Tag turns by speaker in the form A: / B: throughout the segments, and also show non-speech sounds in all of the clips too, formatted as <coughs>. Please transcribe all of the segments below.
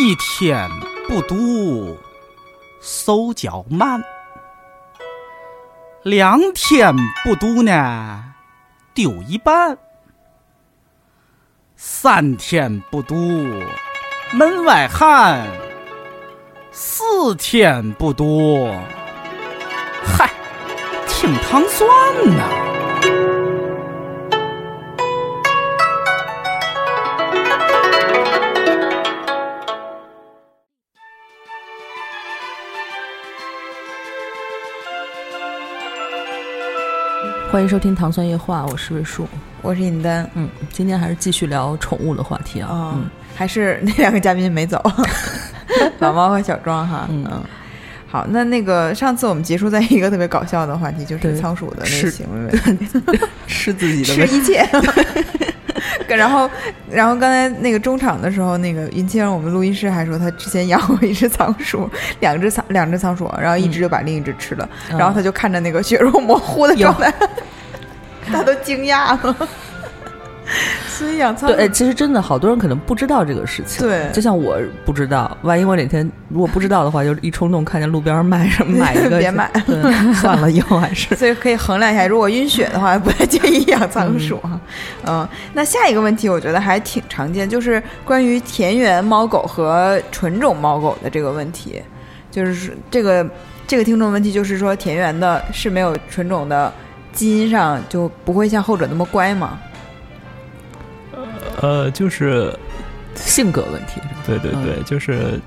A: 一天不读，手脚慢；两天不读呢，丢一半；三天不读，门外汉；四天不读，嗨，挺糖蒜呐、
B: 欢迎收听《糖蒜夜话》，我是魏树。
C: 我是尹丹。
B: 嗯，今天还是继续聊宠物的话题啊。
C: 哦，
B: 嗯，
C: 还是那两个嘉宾
B: <laughs>
C: 没走，老猫和小庄哈。
B: 嗯
C: 好，那那个上次我们结束在一个特别搞笑的话题，就
B: 对
C: 是仓鼠的那
B: 吃 <laughs>
C: 个行为问题，
B: 吃自己的
C: 吃
B: 味。
C: 一切。 <laughs> 然后，然后刚才那个中场的时候，那个云清，我们录音师还说他之前养过一只仓鼠， <laughs> 两只仓两只仓鼠，然后一只就把另一只吃了，
B: 嗯
C: <laughs> 然后他就看着那个血肉模糊的状态， <laughs> 他都惊讶了。 <laughs> 所以养仓
B: 对，
C: 鼠
B: 哎，其实真的好多人可能不知道这个事情。
C: 对
B: 就像我不知道，万一我哪天如果不知道的话，就一冲动看见路边儿卖什么买一个，
C: <laughs> 别买
B: 对，算了，以后还是
C: <laughs> 所以可以衡量一下，如果晕血的话，不太建议养仓鼠啊。嗯，那下一个问题，我觉得还挺常见，就是关于田园猫狗和纯种猫狗的这个问题，就是说这个这个听众问题，就是说田园的是没有纯种的基因上就不会像后者那么乖嘛？
D: 呃，就是
B: 性格问题。
D: 对对
B: 嗯
D: 对，就是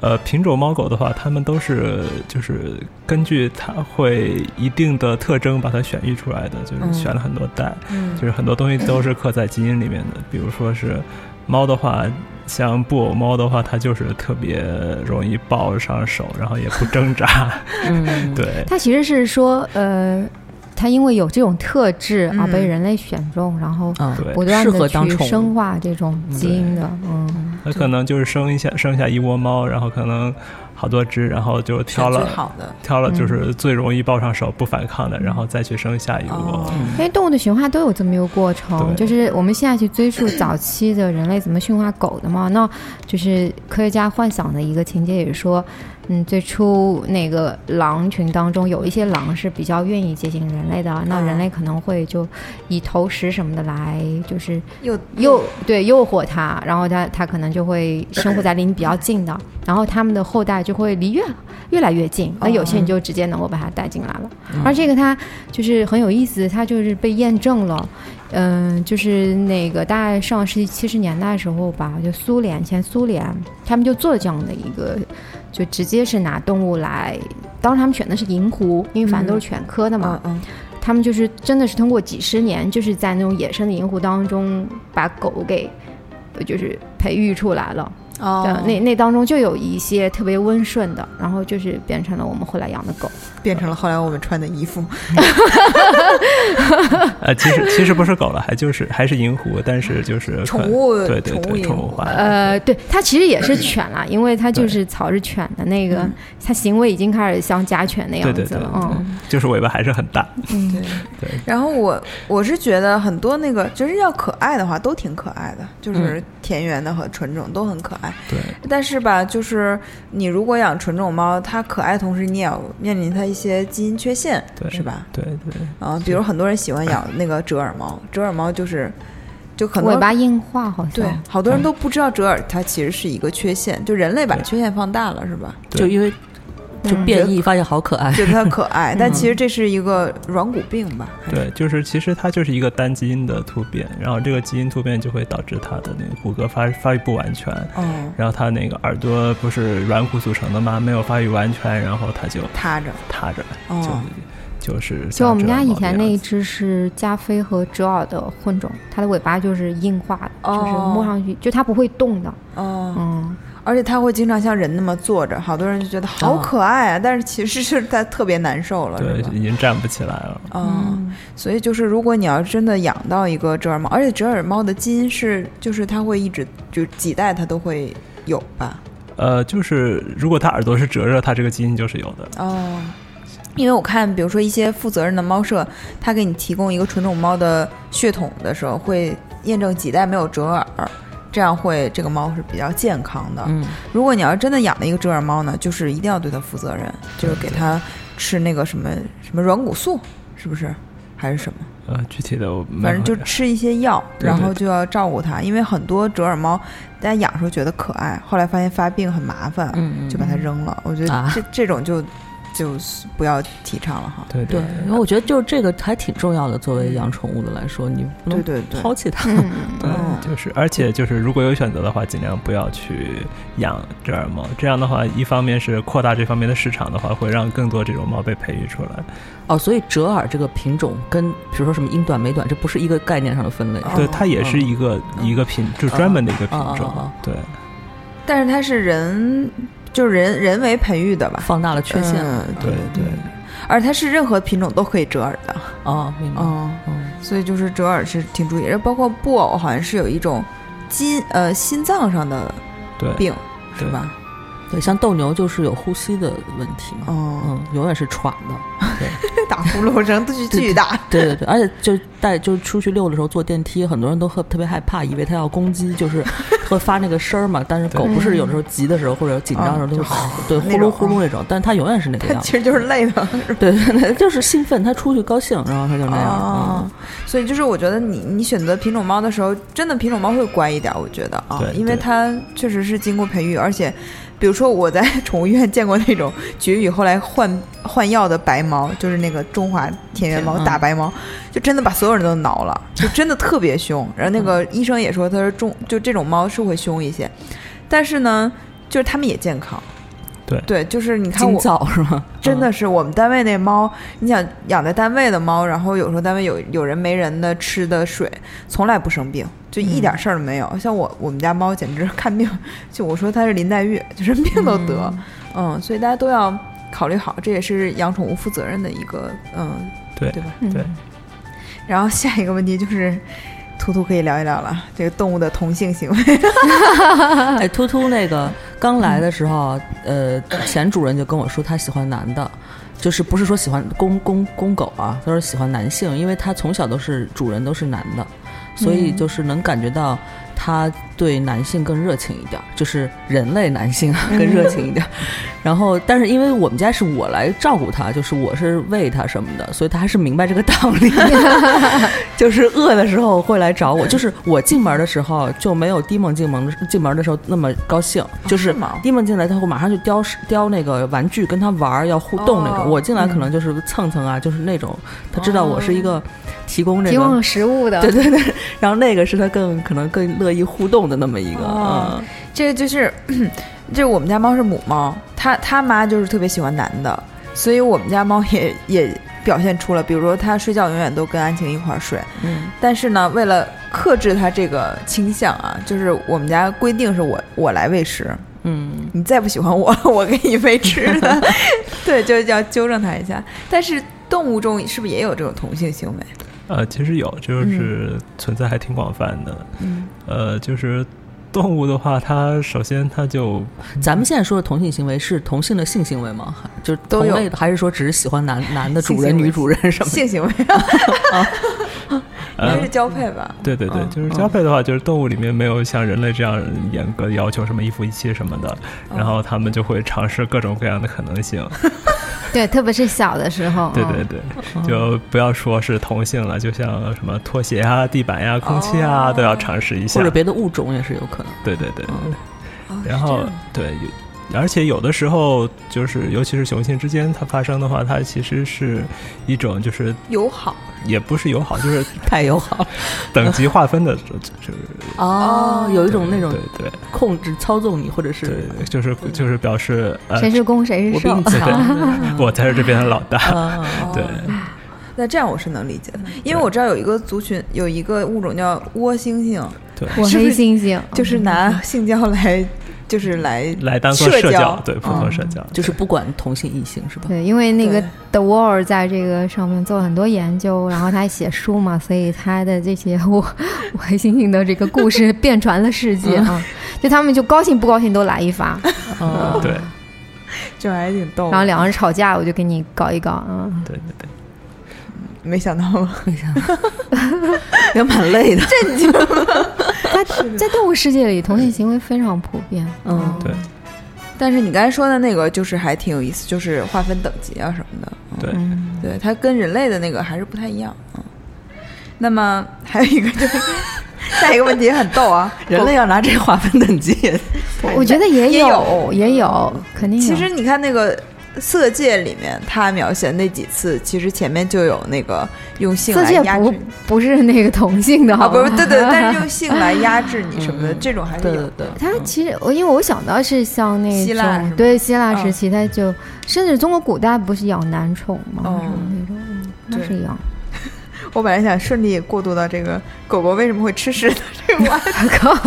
D: 呃，品种猫狗的话，它们都是就是根据它会一定的特征把它选育出来的，就
C: 嗯
D: 是选了很多代，
C: 嗯
D: 就是很多东西都是刻在基因里面的。比如说是猫的话，像布偶猫的话，它就是特别容易抱上手，然后也不挣扎。
B: 嗯，
D: 对，
E: 它其实是说，呃，它因为有这种特质啊，
C: 嗯
E: 被人类选中，然后
B: 嗯，
D: 对
E: 不断
B: 适合
E: 的
B: 当
E: 去
B: 宠物
E: 深化这种基因的，嗯，
D: 它可能就是生一下生下一窝猫，然后可能好多只，然后就挑
C: 选
D: 了
C: 最好的。
D: <laughs> 挑了就是最容易抱上手、不反抗的，然后再去生下一窝。
C: 哦
B: 嗯
E: 因为动物的驯化都有这么一个过程，
D: 对
E: 就是我们现在去追溯早期的人类怎么驯化狗的嘛，那就是科学家幻想的一个情节也是说，嗯，最初那个狼群当中有一些狼是比较愿意接近人类的，那
C: 嗯
E: 人类可能会就以投食什么的来就是
C: 又
E: 诱对诱惑它，然后它它可能就会生活在离你比较近的，然后它们的后代就会离越越来越近。那有些你就直接能够把它带进来了，而这个它就是很有意思，它就是被验证了。嗯，就是那个大概上世纪七十年代的时候吧，就苏联前苏联，他们就做了这样的一个，就直接是拿动物来，当时他们选的是银狐，因为反正都是犬科的嘛，
C: 嗯嗯
E: 他们就是真的是通过几十年，就是在那种野生的银湖当中把狗给，呃就是培育出来了。
C: 哦
E: 对，那那当中就有一些特别温顺的，然后就是变成了我们后来养的狗。
C: 变成了后来我们穿的衣服。
D: <laughs> 呃，其实其实不是狗了，还就是还是银狐，但是就是可
C: 宠物
D: 对对
C: 宠物
D: 对，
C: 银
D: 宠物
C: 狐
D: 化的。
E: 呃，对，它其实也是犬啦，因为它就是草是犬的那个，它行为已经开始像家犬那样
D: 对对
E: 子
D: 对
E: 了。
D: 对
E: 嗯，
D: 就是尾巴还是很大，
C: 对。
D: 对，
C: 然后我我是觉得很多那个就是要可爱的话都挺可爱的，
D: 嗯
C: 就是田园的和纯种都很可爱。
D: 对，
C: 但是吧，就是你如果养纯种猫，它可爱的同时你也要面临它一些基因缺陷，
D: 对
C: 是吧？
D: 对对，
C: 啊，比如很多人喜欢养那个折耳猫，折耳猫就是就可能
E: 尾巴硬化好像。
C: 对，好多人都不知道折耳它其实是一个缺陷，就人类把
D: 嗯对
C: 缺陷放大了，是
D: <laughs>
C: 吧？
B: 就因为就
E: 嗯
B: 变异，发现好可爱。
C: 觉得它可
D: <laughs>
C: 爱，但其实这是一个软骨病吧？还是
D: 对，就是其实它就是一个单基因的突变，然后这个基因突变就会导致它的那个骨骼发发育不完全，
C: 哦，
D: 然后它那个耳朵不是软骨组成的吗？没有发育完全，然后它就
C: 塌着
D: 塌着，
C: 哦
D: 就就是
E: 就我们
D: 像
E: 家
D: 这
E: 以
D: 样
E: 前
D: 猫
E: 那
D: 的
E: 一
D: 样子
E: 只是加菲和折耳的混种，它的尾巴就是硬化的，就是
C: 哦
E: 摸上去就它不会动的。
C: 哦。
E: 嗯，
C: 而且它会经常像人那么坐着，好多人就觉得好
B: 啊
C: 可爱啊，但是其实是它特别难受了，是吧
D: 嗯对，已嗯经站不起来了。
C: 啊、所以就是如果你要真的养到一个折耳猫，而且折耳猫的基因是，就是它会一直就几代它都会有吧？
D: 呃，就是如果它耳朵是折着，它这个基因就是有的。
C: 哦，因为我看，比如说一些负责任的猫舍，它给你提供一个纯种猫的血统的时候，会验证几代没有折耳。这样会这个猫是比较健康的。
B: 嗯，
C: 如果你要真的养了一个折耳猫呢，就是一定要对它负责任，就是给它吃那个什么什么软骨素，是不是？还是什么？
D: 呃，具体的我没
C: 反正就
D: 有
C: 吃一些药，
D: 对
C: 然后就要照顾它，因为很多折耳猫，大家养的时候觉得可爱，后来发现发病很麻烦，
B: 嗯
C: 就把它扔了。我觉得
B: 啊
C: 这、这种就就不要提倡了哈。
D: 对
B: 对
D: 对，，
B: 因为我觉得就是这个还挺重要的，作为养宠物的来说，你不
C: 对
B: 能
C: 对对，
B: 抛弃 <laughs> 它。
E: 嗯，
D: 对
C: 嗯，
D: 就是，而且就是，如果有选择的话，尽量不要去养折耳猫。这样的话，一方面是扩大这方面的市场的话，会让更多这种猫被培育出来。
B: 哦，所以折耳这个品种跟比如说什么英短、美短，这不是一个概念上的分类。
C: 哦
D: 对，它也是一个、
B: 嗯
D: 一个品，就专门的一个品
C: 嗯
B: 哦
D: 种。
B: 哦哦
D: 对，
C: 但是它是人，就是人人为培育的吧？
B: 放大了缺陷
C: 嗯
B: 了。
D: 对对，
C: 而它是任何品种都可以折耳的，
B: 哦，明白。
C: 嗯，
B: 嗯，
C: 所以就是折耳是挺注意，而包括布偶好像是有一种心呃心脏上的
D: 对
C: 病是
D: 对
C: 吧？
B: 对，像斗牛就是有呼吸的问题嘛，
C: 哦，
B: 嗯，永远是喘的。
C: 打呼噜声巨巨大，
B: 对对对，而且就带就出去遛的时候坐电梯，很多人都特特别害怕，以为它要攻击，就是会发那个声儿嘛。但是狗不是有的时候急的时候或者紧张的时候，都会对
C: 那
B: 呼噜
C: 种
B: 呼噜那种，但是它永远是那个
C: 它
B: 样
C: <laughs> 其
B: 子。
C: 实就是累的。
B: 对 <laughs> 对对，就是兴奋，它出去高兴，然后它就那样。
C: 哦
B: 嗯，
C: 所以就是我觉得你你选择品种猫的时候，真的品种猫会乖一点，我觉得啊
D: 对，
C: 因为
D: 对
C: 它确实是经过培育，而且比如说我在宠物医院见过那种绝育后来换换药的白猫，就是那个中华田园猫
B: 嗯
C: 大白猫，就真的把所有人都挠了，就真的特别凶。然后那个医生也说，他说中 <laughs> 就这种猫是会凶一些，但是呢，就是它们也健康。
D: 对
C: 对，就是你看
B: 今
C: 我
B: 早是吗？
C: <laughs> 真的是我们单位那猫，你想养在单位的猫，然后有时候单位有有人没人的吃的水，从来不生病，就一点事儿都没有。像我我们家猫简直看病，就我说它是林黛玉，就是病都得，嗯所以大家都要考虑好，这也是养宠物负责任的一个嗯。
D: 对
C: 对吧
E: 嗯
D: 对，
C: 然后下一个问题就是，图图可以聊一聊了，这个动物的同性行为。 <laughs>
B: 嗯。哎，突突那个刚来的时候，呃，前主人就跟我说他喜欢男的。就是不是说喜欢公公公狗啊，他说喜欢男性，因为他从小都是主人都是男的，所
C: 嗯
B: 以就是能感觉到他对男性更热情一点儿，就是人类男性啊更热情一点儿。然后，但是因为我们家是我来照顾他，就是我是喂他什么的，所以他还是明白这个道
C: <laughs>
B: 理。 <laughs> 就是饿的时候会来找我，就是我进门的时候就没有迪梦进门进门的时候那么高兴，就是
C: 哦是吗
B: 迪梦进来他会马上就叼叼那个玩具跟他玩儿，要互动那种。
C: 哦嗯
B: 我进来可能就是蹭蹭啊，就是那种他知道我是一
C: 哦
B: 个提供这
E: 提
B: 个
E: 供食物的，
B: 对对对，然后那个是他更可能更乐意互动的那么一个，
C: 哦
B: 嗯
C: 这个就是，这我们家猫是母猫，它它妈就是特别喜欢男的，所以我们家猫也也表现出了，比如说它睡觉永远都跟安晴一块儿睡，
B: 嗯，
C: 但是呢，为了克制它这个倾向啊，就是我们家规定是我我来喂食，
B: 嗯，
C: 你再不喜欢我， <laughs> 我给你喂吃的， <laughs> 对，就是要纠正它一下。但是动物中是不是也有这种同性行为？
D: 呃，其实有，就是存在还挺广泛的。
C: 嗯，
D: 呃，就是动物的话，它首先它就
B: 咱们现在说的同性行为是同性的性行为吗？还就是
C: 都
B: 同
C: 有
B: 类的，还是说只是喜欢男男的
C: 性
B: 主人、
C: 行为
B: 女主人什么的？
C: 性行为应
D: 呃
C: 该是交配吧？
D: 对对对
C: 嗯，
D: 就是交配的话，就是动物里面没有像人类这样严格要求什么一夫一妻什么的，
B: 嗯
D: 然后他们就会尝试各种各样的可能性。
E: 对，特别是小的时候，
D: 对
E: 嗯
D: 对对，就不要说是同性了，就像什么拖鞋啊、地板呀、空气啊，都要尝试一
B: 哦
D: 下
B: 或。者别的物种也是有可能。
D: 对对对，
B: 嗯
C: 哦
D: 然
C: 是这
D: 后
C: 样
D: 对，有而且有的时候就是，尤其是雄性之间它发生的话，它其实是一种就是
C: 友好
D: 也不是友好，就是
B: 太友好了
D: 等级划分的，就是
B: 哦，有一种那种
D: 对对
B: 控制、操纵你，或者是
D: 对，就是就是表示呃
E: 谁，是公谁
B: 我
E: 是
B: 比
E: 受
B: 你，强，
D: <laughs> 我才是这边的老大。
B: 啊，
D: <laughs> 对，
C: 那这样我是能理解的，
E: 嗯
C: 因为我知道有一个族群有一个物种叫窝猩猩，
D: 对，
E: 我
C: 是不
E: 黑
C: 是
E: 猩猩，
C: 就是拿性交来，就是来
D: 来当做
C: 社
D: 社
C: 交
D: 交，对，普
B: 嗯
D: 通社交，
B: 就是不管同性异性是吧？
E: 嗯对，因为那个
C: 对
E: The Wall 在这个上面做了很多研究，然后他还写书嘛，所以他的这些 <laughs> 我我黑猩猩的这个故事遍传了世界啊，就他们就高兴不高兴都来一发，
B: 嗯，
D: 对
C: 就还挺逗的。
E: 然后两个人吵架我就给你搞一搞，嗯，
D: 对对对。
C: 没想到吧，
B: 也蛮累的。
E: 他在动物世界里，同性行为非常普遍。
B: 嗯
D: 对
C: <laughs> 但是你刚才说的那个就是还挺有意思，就是划分等级啊什么的。嗯
D: 对
B: 嗯，
C: 对，它跟人类的那个还是不太一样。嗯，那么还有一个就是 <laughs> 下一个问题很逗
E: <laughs>
C: 啊，
B: 人类要拿这划分等级也，
E: 我我觉得也
C: 也有
E: 有，也有，肯定有。
C: 其实你看那个《色戒》里面，他描写那几次，其实前面就有那个用性
E: 色
C: 来
E: 戒
C: 压
E: 不
C: 制
E: 不是那个同性的，
C: 啊，
E: 好
C: 不
E: 吗
C: 是对对，
E: <laughs>
C: 但是用性来压制你什么的，
B: 嗯
C: 这种还是
B: 对
C: 有
B: 对。对，
E: 他其实我因为我想到是像那种
C: 希腊是吧
E: 对希腊时
C: 嗯
E: 期，他就甚至中国古代不是养男宠吗？
C: 哦
E: 什么那种，嗯那
C: 对
E: 是养，
C: 我本来想顺利过渡到这个狗狗为什么会吃屎的这
E: <laughs>
C: 个话题，
E: <laughs>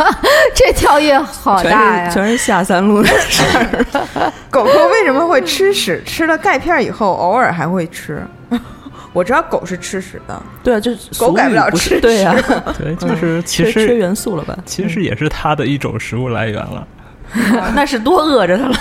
E: 这跳跃好大
B: 全
E: 呀
B: 是！全是下三路的事儿。
C: <laughs> 狗狗为什么会吃屎？吃了钙片以后，偶尔还会吃。 <laughs> 我知道狗是吃屎的，
B: 对啊，就
C: 狗改不了
B: 不
C: 吃
B: 是对呀，
D: 对，就是其
B: 嗯缺缺
D: 实
B: 元素了吧？
D: 其实也是它的一种食物来源了，
B: 嗯那是多饿着他了。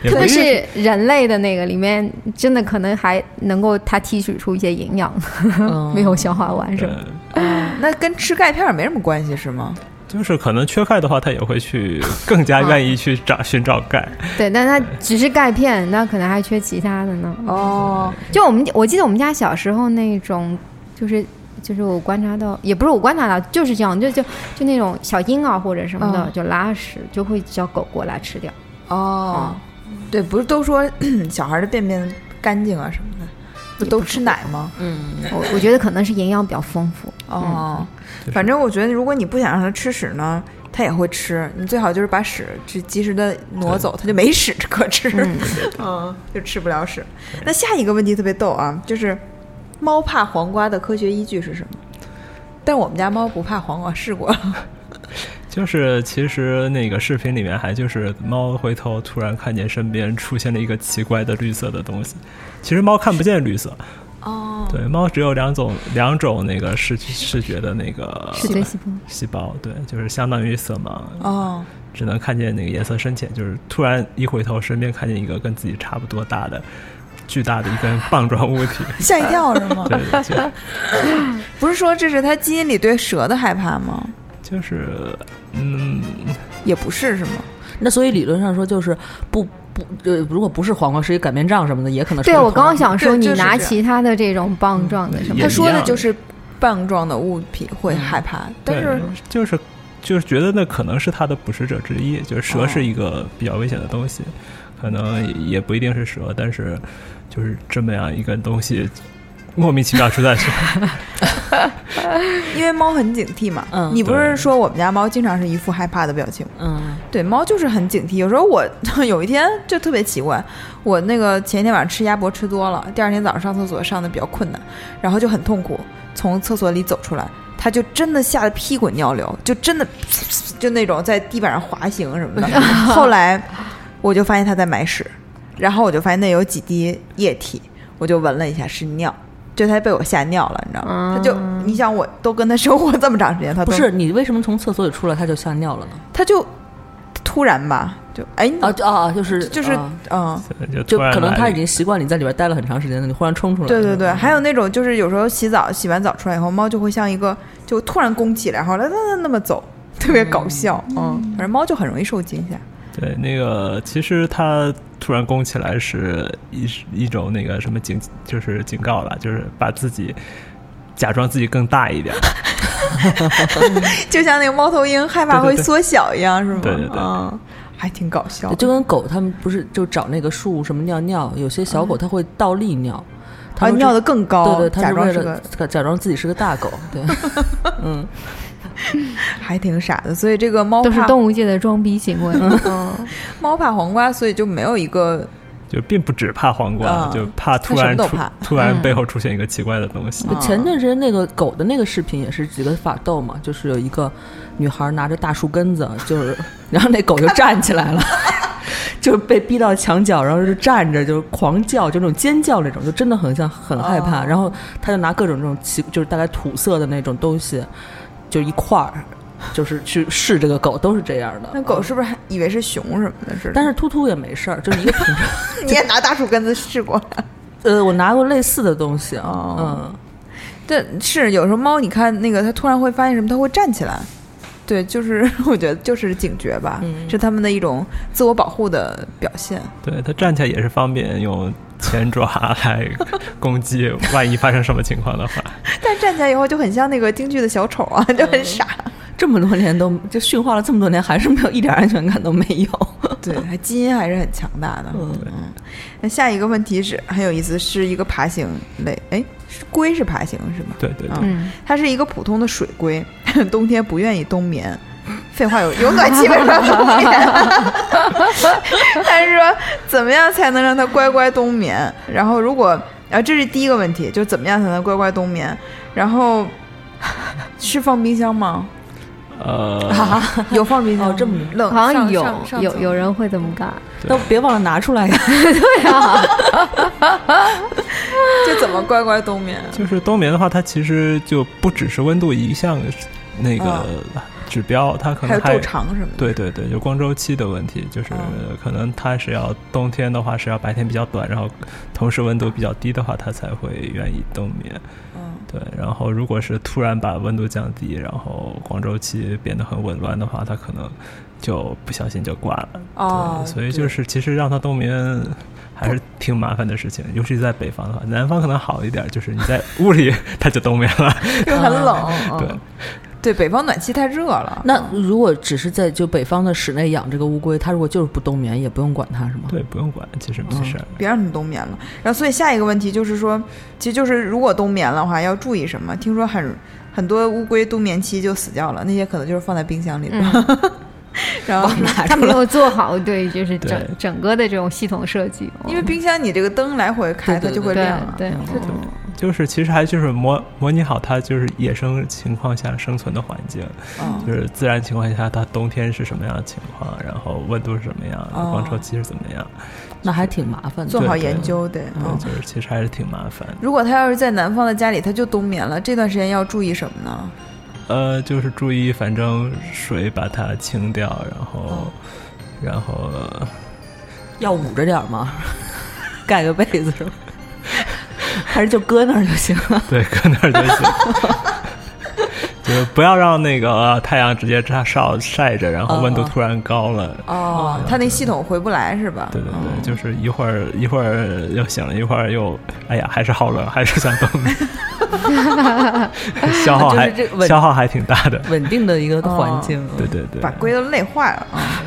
D: 也
E: 特
D: 不
E: 别是人类的那个里面，真的可能还能够它提取出一些营养，
C: 嗯
E: <laughs> 没有消化完什么。
D: 呃
C: 那跟吃钙片没什么关系是吗？
D: 就是可能缺钙的话，它也会去更加愿意去找寻找钙。
B: 嗯
E: 对，但它只是钙片，那可能还缺其他的呢。
C: 哦，
E: 就我们，我记得我们家小时候那种，就是就是我观察到，也不是我观察到，就是这样，就就就那种小婴儿或者什么的，
C: 嗯
E: 就拉屎就会叫狗过来吃掉。
C: 哦，对，不是都说 <clears throat> 小孩的便便干净啊什么的，不都吃奶吗？
B: 嗯，
E: 我我觉得可能是营养比较丰富。
C: 哦，
D: 就是
C: 反正我觉得，如果你不想让它吃屎呢，它也会吃。你最好就是把屎就及时的挪走，它就没屎可吃， <laughs> 嗯就吃不了屎。那下一个问题特别逗啊，就是猫怕黄瓜的科学依据是什么？但我们家猫不怕黄瓜，试过了。
D: 就是其实那个视频里面还就是猫回头突然看见身边出现了一个奇怪的绿色的东西，其实猫看不见绿色，
B: 嗯
C: 哦，
D: 对，猫只有两种两种那个视视觉的那个
E: 是对细胞。
D: 细胞，对，就是相当于色盲，
C: 哦，
D: 只能看见那个颜色深浅，就是突然一回头，身边看见一个跟自己差不多大的巨大的一根棒状物体，
C: 吓一跳是
D: <laughs>
C: 吗？
D: 对，
B: <laughs>
D: 就
C: 不是说这是它基因里对蛇的害怕吗？
D: 就是嗯，
C: 也不是是吗？
B: 那所以理论上说就是不不呃，如果不是黄瓜，是一擀面杖什么的，也可能是
E: 对，啊我刚刚想说，
C: 对
E: 你
C: 就是
E: 拿
C: 这样
E: 其他的这种棒状的什么
D: 也
C: 他
E: 的，
C: 说
D: 一
C: 的
D: 样嗯
C: 就是棒状的物体会害怕，但
D: 对
C: 是，
D: 就是就是觉得那可能是它的捕食者之一，就是蛇
B: 哦
D: 是一个比较危险的东西，可能也也不一定是蛇，但是就是这么样一根东西。莫名其妙出在身，
C: 因为猫很警惕嘛，
B: 嗯
C: 你不
D: 对
C: 是说我们家猫经常是一副害怕的表情吗？
B: 嗯
C: 对，猫就是很警惕。有时候我 <laughs> 有一天就特别奇怪，我那个前一天晚上吃鸭脖吃多了，第二天早上上厕所上的比较困难，然后就很痛苦，从厕所里走出来，它就真的吓得屁滚尿流，就真的就那种在地板上滑行什
B: <laughs>
C: 么的。后来我就发现它在埋屎，然后我就发现那有几滴液体，我就闻了一下是尿。就它被我吓尿了，你知道吗？它就，你想，我都跟它生活这么长时间，它都
B: 啊不是你为什么从厕所里出来它就吓尿了呢？
C: 他就突然吧，就哎，你怎
B: 啊
C: 么
B: 就啊就是
C: 就是
B: 啊
C: 嗯，
D: 就
B: 就
D: 突然
B: 可能
D: 来
B: 它
D: 了
B: 已经习惯你在里边待了很长时间了，嗯你忽然冲出来，
C: 对对对，，还有那种就是有时候洗澡洗完澡出来以后，猫就会像一个就突然弓起来，然后啦啦啦那么走，特别搞笑，嗯，反正猫就很容易受惊吓。
D: 对，那个其实它突然弓起来是一一种那个什么警，就是警告了，就是把自己假装自己更
C: <laughs>
D: 大一点。
C: 就像那个猫头鹰害怕
D: 对对
C: 会
D: 对
C: 缩小一样，是吗？
D: 对对对
C: 嗯，还挺搞笑的。啊
B: 就跟狗它们不是就找那个树什么尿尿，有些小狗它会倒立尿，它
C: 嗯啊，
B: 说这
C: 尿的更高，
B: 对对，它
C: 假
B: 是
C: 装
B: 为
C: 是
B: 了假
C: 个，
B: 假装自己是个大狗，
C: <laughs>
B: 对，嗯，
C: 还挺傻的。所以这个猫
E: 都是
C: 怕
E: 动物界的装逼行为。嗯，
C: 猫怕黄瓜，所以就没有一个
D: 就并不只怕黄瓜，
C: 啊
D: 就怕突
C: 它什
D: 然
C: 么都
D: 出
C: 怕
D: <laughs> 突然背后出现一个奇怪的东西。
C: 嗯
B: 前段时间那个狗的那个视频也是几个法斗嘛，就是有一个女孩拿着大树根子，就是然后那狗就站起来了， <laughs> 就是被逼到墙角，然后就站着就狂叫，就那种尖叫那种，就真的很像很害
C: 哦
B: 怕。然后她就拿各种这种奇，就是大概土色的那种东西，就一块儿，就是去试这个狗，都是这样的。
C: 那狗是不是还以为是熊什么的似的？
B: 哦但是秃秃也没事儿，就是一个品种。
C: 是你也拿大树根子试过？
B: <laughs> 呃，我拿过类似的东西，
C: 哦
B: 嗯，
C: 对，是有时候猫，你看那个它突然会发现什么，它会站起来，对，就是 <laughs> 我觉得就是警觉吧，
B: 嗯
C: 是他们的一种自我保护的表现。 <laughs>
D: 对它站起来也是方便用前爪来攻击，万一发生什么情况的话，
C: 但站起来以后就很像那个京剧的小丑啊，就很傻。
B: 这么多年都就驯化了这么多年，还是没有一点安全感都没有。
C: <laughs> 对，还 <laughs> 基因还是很强大的。嗯，那下一个问题是很有意思，是一个爬行类，哎，是龟是爬行是吗？
D: 对对对
C: 啊，
E: 嗯，
C: 它是一个普通的水龟， <laughs> 冬天不愿意冬眠。废话有有暖气为什么要冬眠？ <laughs> 但是说怎么样才能让它乖乖冬眠？然后如果啊，这是第一个问题，就是怎么样才能乖乖冬眠？然后 <laughs> 是放冰箱吗？嗯
D: 呃，
C: 有放冰箱吗
B: 哦这么
C: 冷，
E: 好像
C: 上
E: 有
C: 上上
E: 有
C: 层
E: 有人会这么干，
B: 都别忘了拿出来呀！
E: 对啊，
C: 这怎么乖乖冬眠？
D: 就是冬眠的话，它其实就不只是温度一项那个指标，它可
C: 嗯还
D: 能
C: 有
D: 还
C: 昼长什么的。
D: 对对对，就光周期的问题，就是
C: 嗯
D: 可能它是要冬天的话是要白天比较短，然后同时温度比较低的话，它才会愿意冬眠。
C: 嗯，
D: 对，然后如果是突然把温度降低，然后光周期变得很紊乱的话，它可能就不小心就挂了。
C: 哦
D: 对，所以就是其实让它冬眠还是挺麻烦的事情，尤其在北方的话，南方可能好一点，就是你在屋里它就冬眠了。
C: 又很冷。
D: <laughs> 对
C: 嗯，对，北方暖气太热了。
B: <laughs> 那如果只是在就北方的室内养这个乌龟，它如果就是不冬眠，也不用管它是吗？
D: 对，不用管，其实没事儿。
C: 别让它冬眠了。然后，所以下一个问题就是说，其实就是如果冬眠的话，要注意什么？听说很很多乌龟冬眠期就死掉了，那些可能就是放在冰箱里的。 <laughs> 然 <laughs> 后，
B: 拿
E: 嗯他
B: 出
E: 没
B: 来。
E: 有做好对就是整
D: 对
E: 整个的这种系统设计，哦
C: 因为冰箱你这个灯来回开，它
B: 对对
C: 就会
E: 对
C: 亮啊嗯了。
E: 对，
D: 就是其实还就是模模拟好它就是野生情况下生存的环境，
C: 嗯
D: 就是自然情况下它冬天是什么样的情况，然后温度是什么样，然后光
C: 哦
D: 周期是怎么样。
B: 那还挺麻烦的
C: 做。好
D: 对对
C: 研究得。
D: 对，
B: 哦
C: 嗯
D: 就是其实还是挺麻烦的。
C: 如果它要是在南方的家里，它就冬眠了，这段时间要注意什么呢？
D: 呃，就是注意，反正水把它清掉，然后，
B: 哦
D: 然后
B: 要捂着点儿 <laughs> 吗？盖个被子是 <laughs> 吧？还是就搁那儿就行了？
D: 对，搁那儿就行。 <laughs> 就是不要让那个、呃太阳直接照照晒着，然后温度
B: 哦哦
D: 突然高了。
C: 哦，它那系统回不来是吧？
D: 对对对，
B: 哦
D: 就是一会儿一会儿又醒了，一会儿又哎呀，还是好冷，还是想
B: <laughs>
D: 冻的，消耗还
B: 就是这稳
D: 消耗还挺大的。
B: 稳定的一个环境。
D: 对对
B: <laughs>
D: 对，
C: 把龟都累坏了啊。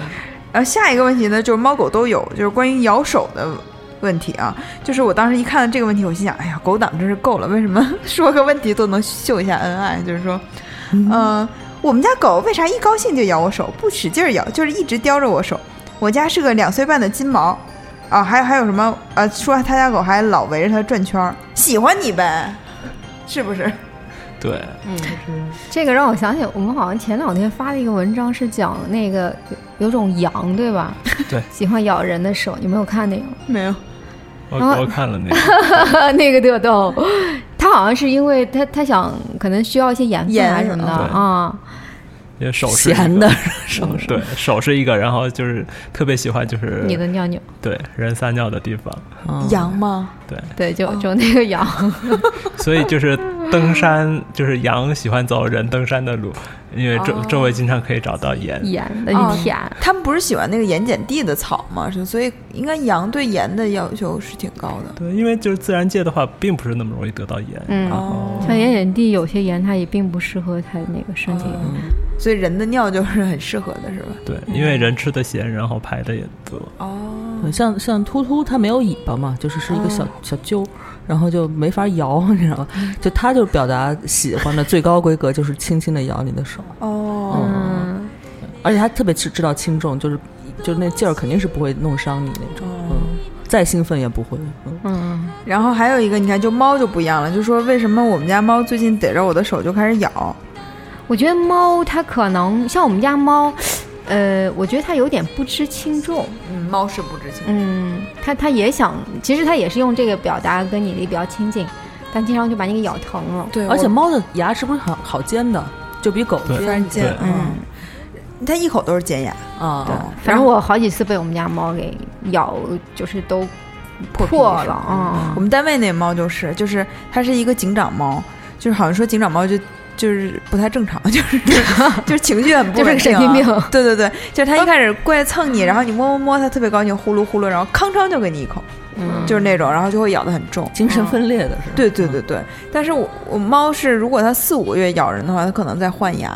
C: 然后下一个问题呢，就是猫狗都有，就是关于咬手的问题啊。就是我当时一看到这个问题，我心想，哎呀，狗党真是够了，为什么说个问题都能秀一下恩爱？ <laughs> 就是说，嗯、我们家狗为啥一高兴就咬我手，不使劲儿咬，就是一直叼着我手。我家是个两岁半的金毛。啊，还还有什么？呃，说他家狗还老围着它转圈儿，喜欢你呗，是不是？
D: 对，
E: 这个让我想起我们好像前两天发了一个文章，是讲那个有有种羊对吧？
D: 对
E: 喜欢咬人的手，你没有看那个吗？ <laughs>
C: 没有，
D: 我
E: 然后
D: 我看了那个，
E: 那个特逗，他好像是因为他他想可能需要一些盐分
C: 盐
E: 还是什么的
D: 对
E: 啊，
D: 因为手是一个 <laughs>
B: 闲的，手
D: 对，手是一个，然后就是特别喜欢就是
E: 你的尿尿，
D: 对人撒尿的地方，
C: <laughs>
B: 嗯
C: 羊吗？
D: 对，
E: 对，就
C: 哦
E: 就那个羊，
D: 所以就是登山，就是羊喜欢走人登山的路，因为
B: 哦
D: 周周围经常可以找到盐。
E: 盐的
C: 哦
E: 一天，
C: 他们不是喜欢那个盐碱地的草吗？是，所以应该羊对盐的要求是挺高的。
D: 对，因为就是自然界的话，并不是那么容易得到盐。
E: 嗯，
C: 哦，
E: 像盐碱地有些盐它也并不适合它那个身体，
C: 所以人的尿就是很适合的，是吧？
D: 对，因为人吃的咸，然后排的也多。
C: 哦，
B: 对像像秃秃，它没有尾巴嘛，就是是一个小、小揪，然后就没法摇，你知道吗？就它就是表达喜欢的最高规格，就是轻轻的摇你的手，
C: 哦，
E: 嗯，
B: 而且它特别知知道轻重，就是就是那劲儿肯定是不会弄伤你那种，嗯，再兴奋也不会，嗯，
C: 然后还有一个，你看，就猫就不一样了，就说为什么我们家猫最近逮着我的手就开始咬？
E: 我觉得猫它可能像我们家猫，呃，我觉得它有点不知轻重，
C: 嗯，猫是不知情。
E: 嗯，它它也想，其实它也是用这个表达跟你离比较亲近，但经常就把你给咬疼了。
C: 对，
B: 而且
C: 我
B: 猫的牙是不是好好尖的，就比狗
D: 对
C: 非常尖，
D: 对
C: 嗯，它一口都是尖牙，
B: 啊，
C: 嗯对
E: 反正我好几次被我们家猫给咬，就是都
C: 破嗯
E: 破
C: 皮是
E: 了
C: 吧
E: 啊
C: 我。们单位那猫就是，就是它是一个警长猫，就是好像说警长猫就就是不太正常， <laughs> 就是就是情绪很不
E: <laughs> 就是
C: 稳定
E: 个神
C: 啊、
E: 经病
C: 对对对，就是他一开始过来蹭你，然后你摸摸摸，他特别高兴，呼噜呼噜，然后吭哧就给你一口，
B: 嗯
C: 就是那种，然后就会咬得很重。
B: 精神分裂的是吧？
C: 对对对对，但是我我猫是，如果它四五个月咬人的话，它可能在换牙。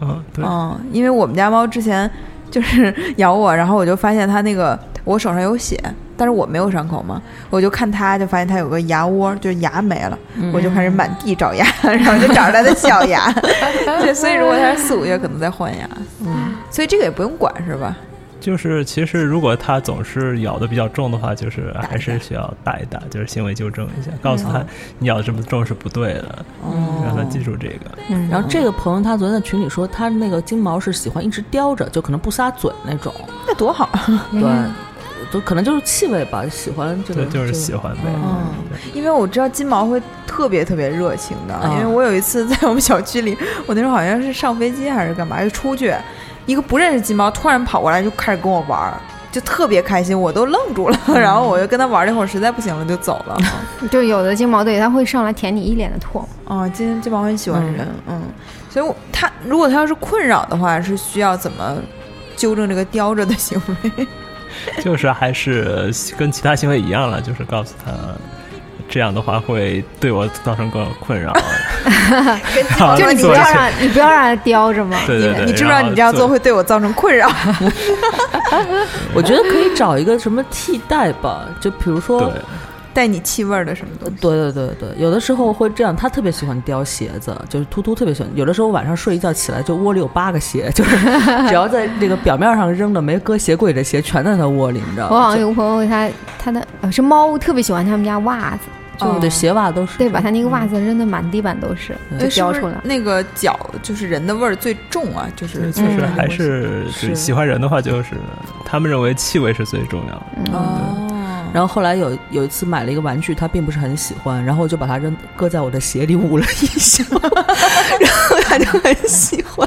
D: 啊，对，
C: 嗯，因为我们家猫之前就是咬我，然后我就发现它那个我手上有血，但是我没有伤口嘛，我就看它就发现它有个牙窝，就是牙没了，嗯
B: 嗯
C: 我就开始满地找牙， <laughs> 然后就找着它的小牙。 <laughs> 对，所以如果它是四五月，可能在换牙。嗯，所以这个也不用管是吧？
D: 就是其实如果它总是咬的比较重的话，就是哎还是需要打一打，就是行为纠正一下，告诉它你咬的这么重是不对的，
C: 嗯哦
D: 让它记住这个。
E: 嗯，
B: 然后这个朋友他昨天在群里说，他那个金毛是喜欢一直叼着，就可能不撒嘴那种，
C: 那多好，
E: <laughs>
C: 啊
E: 嗯
B: 对，就可能就是气味吧，喜欢这个
D: 对，就是
B: 这个
D: 喜欢呗。
B: 嗯
C: 因为我知道金毛会特别特别热情的，
B: 啊
C: 因为我有一次在我们小区里，我那时候好像是上飞机还是干嘛，就出去，一个不认识金毛突然跑过来就开始跟我玩儿，就特别开心，我都愣住了， <laughs> 然后我就跟他玩了一会儿，实在不行了就走了。
E: 就有的金毛对它会上来舔你一脸的唾。
C: <laughs> 哦，金金毛很喜欢人，嗯，所以我他如果他要是困扰的话，是需要怎么纠正这个叼着的行为？
D: 对就是还是跟其他行为一样了，就是告诉它。这样的话会对我造成各种困扰，
C: 跟金
D: 好
C: 毛
E: 就是你
D: 啊做
E: 不
D: 一
E: 要
D: 些
E: 让你不要让它叼着嘛。
D: 对对对，
C: 你知不知道
D: 然后
C: 你这样做会对我造成困扰？ <laughs>
B: 我觉得可以找一个什么替代吧，就比如说，
D: 对，
C: 带你气味儿的什么东西？
B: 对对对对，有的时候会这样。他特别喜欢叼鞋子，就是突突特别喜欢。有的时候晚上睡一觉起来，就窝里有八个鞋，就是
E: <laughs>
B: 只要在这个表面上扔的没搁鞋柜的鞋，全在他窝里，你知道
E: 我好
B: 吗？
E: 像
B: 就
E: 有个朋友，他他的呃是猫，特别喜欢他们家袜子，
B: 就我的鞋袜都是
E: 哦
B: 嗯
E: 对，把他那个袜子扔的满地板都是，就
C: 哎是不
E: 叼出
C: 是
E: 来。
C: 那个脚就是人的味儿最重啊，就是
D: 就
E: 嗯
D: 是还是
B: 是
D: 就喜欢人的话，就是他们认为气味是最重要的。
E: 嗯
C: 哦，
B: 然后后来有有一次买了一个玩具，他并不是很喜欢，然后我就把它扔搁在我的鞋里捂了一
E: <laughs>
B: 宿，然后他就很喜欢。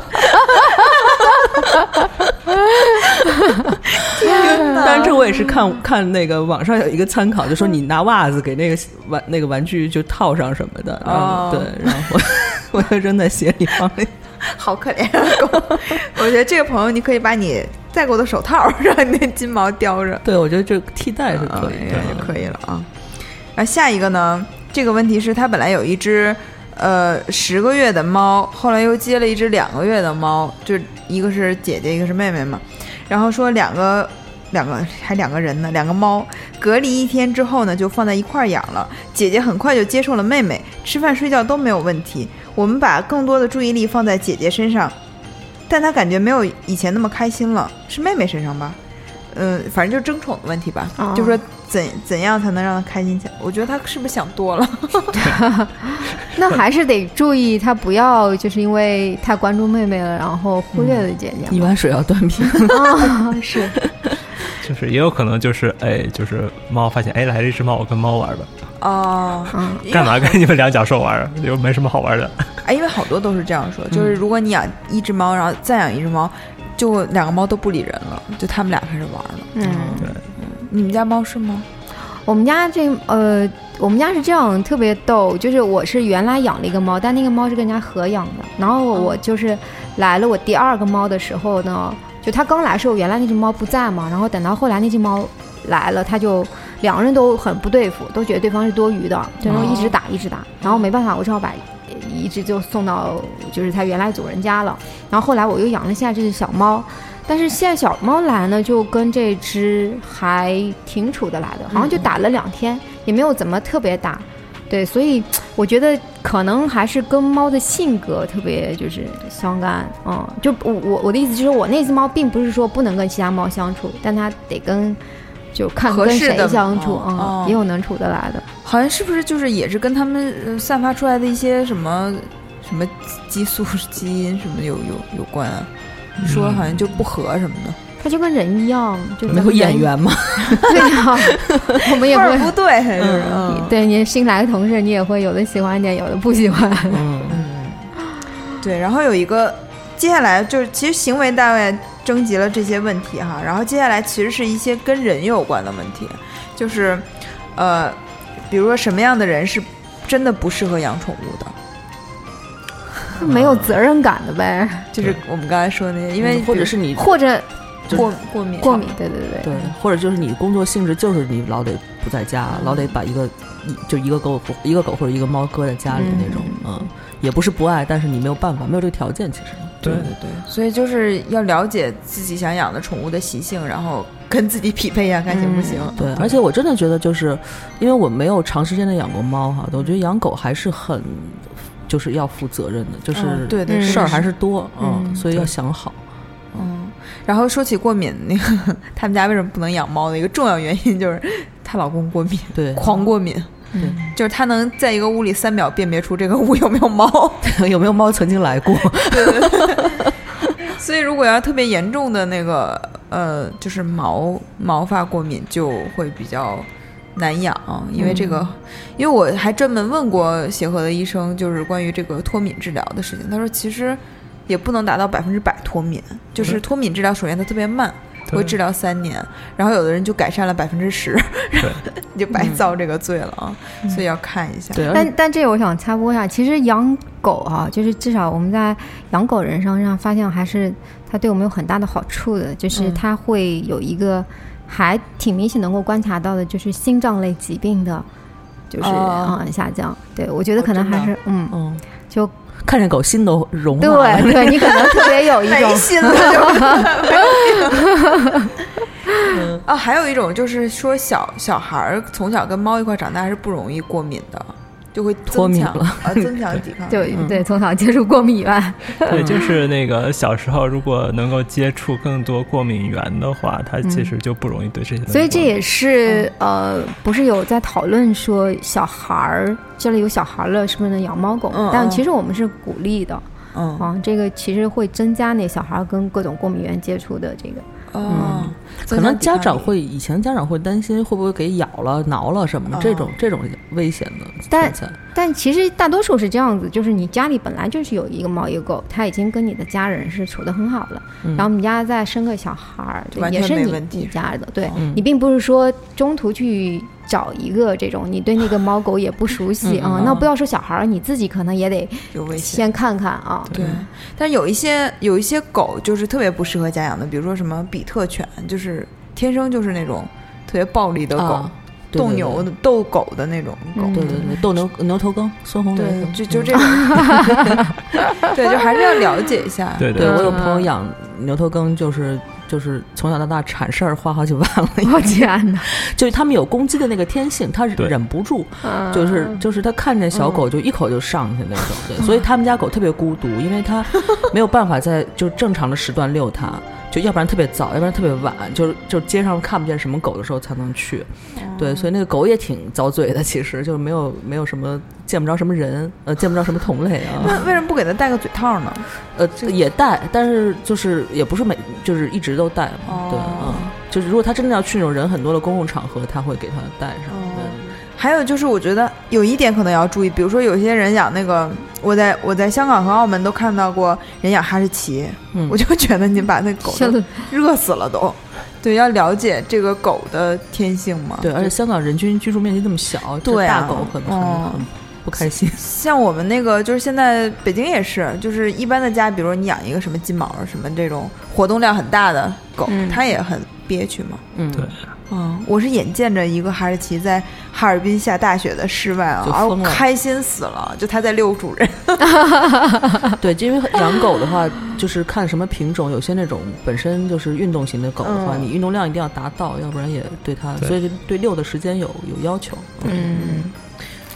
B: 当然，这我也是看看那个网上有一个参考，就说你拿袜子给那个玩那个玩具就套上什么的，然后
C: 哦
B: 对，然后我 <laughs> 我就扔在鞋里放了一。
C: 好可怜啊！狗 <laughs> 我觉得这个朋友，你可以把你戴过的手套 <laughs> 让你那金毛叼着，
B: 对，我觉得这个替代是可以
C: 嗯
B: 的。
C: 也就可以了啊。然后下一个呢，这个问题是他本来有一只呃十个月的猫，后来又接了一只两个月的猫，就一个是姐姐，一个是妹妹嘛。然后说两个两个还两个人呢，两个猫隔离一天之后呢，就放在一块儿养了。姐姐很快就接受了妹妹，吃饭睡觉都没有问题。我们把更多的注意力放在姐姐身上，但她感觉没有以前那么开心了，是妹妹身上吧？嗯，反正就是争宠的问题吧，
E: 哦
C: 就说怎怎样才能让她开心起来？我觉得她是不是想多了？
E: 那还是得注意，它不要就是因为太关注妹妹了，然后忽略了姐姐
B: 一
E: 嘛。
B: 碗水要端平，
E: 啊、
C: <laughs>
E: 是，
D: 就是也有可能就是哎，就是猫发现哎来了一只猫，我跟猫玩吧，
C: 哦，
E: 嗯，
C: 因为
D: 干嘛跟你们两脚兽玩啊？又没什么好玩
C: <laughs>
D: 的。
C: 哎，因为好多都是这样
E: 嗯
C: 说，就是如果你养一只猫，然后再养一只猫，就两个猫都不理人了，就他们俩开始玩了。
E: 嗯。
C: 你们家猫是吗？
E: 我们家这呃，我们家是这样，特别逗，就是我是原来养了一个猫，但那个猫是跟人家合养的，然后我就是来了我第二个猫的时候呢，就它刚来的时候，原来那只猫不在嘛，然后等到后来那只猫来了，它就两个人都很不对付，都觉得对方是多余的，就然后一直打一直打，然后没办法，我只好把。一只就送到就是它原来主人家了，然后后来我又养了下这只小猫，但是现在小猫来呢，就跟这只还挺处得来
C: 嗯
E: 的，好像就打了两天，也没有怎么特别打。对，所以我觉得可能还是跟猫的性格特别就是相干。嗯，就我我我的意思就是，我那只猫并不是说不能跟其他猫相处，但它得跟就看
C: 合
E: 跟
C: 适
E: 谁
C: 的
E: 相
C: 猫
E: 处，嗯，
C: 哦
E: 也有能处得来的。
C: 好像是不是就是也是跟他们呃散发出来的一些什么什么激素、基因什么有有有关啊？说好像就不合什么的，
E: 它就跟人一样，就
B: 没有眼
E: 缘。
B: 缘吗？
E: <laughs> 对呀、 <laughs> 我们也
C: 味 <laughs>
E: 不
C: 儿
E: 会
C: 不对，就是
B: 嗯
C: 嗯
E: 对你新来的同事，你也会有的喜欢一点，有的不喜欢。
B: 嗯，
C: 对。然后有一个，接下来就是其实行为大概征集了这些问题哈，然后接下来其实是一些跟人有关的问题，就是呃，比如说什么样的人是真的不适合养宠物的？
E: <laughs> 没有责任感的呗，
C: 就是我们刚才说的那些，因为
B: 嗯或者是你
E: 或者
B: 就是
C: 过过敏，啊
E: 过敏，对对嗯对
B: 对，或者就是你工作性质就是你老得不在家，老得把一个一就一个狗一个狗或者一个猫搁在家里的那种，嗯，也不是不爱，但是你没有办法，没有这个条件，其实嗯
D: 对
C: 对对，所以就是要了解自己想养的宠物的习性，然后跟自己匹配一下，看行不行。
B: 嗯对，而且我真的觉得就是，因为我没有长时间的养过猫哈，我觉得养狗还是很就是要负责任的，就是、
C: 嗯对对
E: 嗯
B: 事儿还是多，嗯，
C: 嗯
B: 所以要想好。
C: 嗯，然后说起过敏，那个他们家为什么不能养猫的一个重要原因就是她老公过敏，
B: 对，
C: 狂过敏。
B: 对，
C: 就是她能在一个屋里三秒辨别出这个屋有没有猫，
B: 有没有猫曾经来过？
C: 所以如果要特别严重的那个呃，就是毛毛发过敏就会比较难养，因为这个，因为我还专门问过协和的医生，就是关于这个脱敏治疗的事情，他说其实也不能达到百分之百脱敏，就是脱敏治疗首先它特别慢。
D: 对
C: 会治疗三年，然后有的人就改善了百分之十， <laughs> 你就白遭这个罪了啊！所以要看一下。
B: 对，而且
E: 但但这个我想插播一下，其实养狗哈、就是至少我们在养狗人身上发现，还是它对我们有很大的好处的，就是它会有一个还挺明显能够观察到的，就是心脏类疾病的，就是
C: 哦
E: 啊、嗯下降。对我觉得可能还
C: 真
E: 是、嗯，
B: 嗯，
E: 就
B: 看见狗心都融化了。
E: 对 <laughs> 对，你可能特别有一
C: 没
E: <laughs> 种
C: 心了就没 <laughs> 有病。啊，还有一种就是说小小孩儿从小跟猫一块长大是不容易过敏的，就会
B: 脱
C: 增
B: 敏
C: 强
B: 了
C: 啊，增强抵
B: <laughs>
C: 抗力。
E: 对对，从小接触过敏源，
D: 对，就是那个小时候如果能够接触更多过敏源的话，他
C: 嗯
D: 其实就不容易对这些东西过敏。
E: 所以这也是呃，不是有在讨论说小孩儿家里有小孩儿了，是不是能养猫狗？
C: 嗯
E: 但
C: 嗯
E: 其实我们是鼓励的
C: 嗯
E: 啊，这个其实会增加那小孩儿跟各种过敏源接触的这个。
C: 哦，
B: 嗯可
C: 增
B: 能
C: 强抵抗
B: 家
C: 力
B: 长会以前家长会担心会不会给咬了、挠了什么的这种
C: 哦
B: 这种危险的存
E: 但
B: 在。
E: 但其实大多数是这样子，就是你家里本来就是有一个猫一个狗，它已经跟你的家人是处得很好了，然后你家再生个小孩儿，
C: 嗯
E: 对
C: 完
E: 也
C: 全嗯
E: 是
C: 没
E: 你
C: 问题
E: 你家的，对、
B: 嗯
E: 你并不是说中途去找一个这种你对那个猫狗也不熟
C: 嗯
E: 悉啊、那不要说小孩儿，你自己可能也得
C: 有危险。
E: 先看看啊，
C: 对，
B: 嗯
C: 但有一些有一些狗就是特别不适合家养的，比如说什么比特犬，就是天生就是那种特别暴力的狗，
B: 啊对
C: 斗牛的斗狗的那种狗。
E: 嗯
B: 对对对，斗牛牛头耕，孙红雷
C: 对，
B: 耕。
C: 就就这种，
B: <laughs>
C: 对，就还是要了解一下。
D: 对
B: 对我有朋友养牛头耕，就是就是从小到大铲事儿花好几万了， <laughs>
E: <laughs> 我天哪，
B: 就是他们有攻击的那个天性，他
D: 对
B: 忍不住，
E: 嗯
B: 就是就是他看见小狗就一口就上去那种，对，所以他们家狗特别孤独，因为它没有办法在就正常的时段遛它，就要不然特别早，要不然特别晚，就是就街上看不见什么狗的时候才能去，对，所以那个狗也挺遭罪的，其实就是没有没有什么见不着什么人，呃，见不着什么同类啊，
C: 那为什么不给它戴个嘴套呢？
B: 呃，也带，但是就是也不是每就是一直都带嘛，对，
C: 哦
B: 嗯，就是如果他真的要去那种人很多的公共场合，他会给他带上，
C: 哦嗯还有就是，我觉得有一点可能要注意，比如说有些人养那个，我在我在香港和澳门都看到过人养哈士奇，
B: 嗯
C: 我就觉得你把那狗
E: 真
C: 都
E: 的
C: 热死
B: <laughs>
C: 了都。对，要了解这个狗的天性嘛。
B: 对，而且香港人均居住面积这么小，这
C: 对啊
B: 大狗很很
C: 哦
B: 很不开心，
C: 像我们那个，就是现在北京也是，就是一般的家，比如说你养一个什么金毛儿什么这种活动量很大的狗，
E: 嗯
C: 它也很憋屈嘛。
B: 嗯，
D: 对
C: 嗯，我是眼见着一个哈士奇在哈尔滨下大雪的室外啊
B: 就，
C: 啊，我
B: 疯了
C: 开心死了，就它在遛主人。
B: 对，因为养狗的话，就是看什么品种，有些那种本身就是运动型的狗的话，
C: 嗯
B: 你运动量一定要达到，要不然也对它，
D: 对
B: 所以对遛的时间有有要求，
E: 嗯，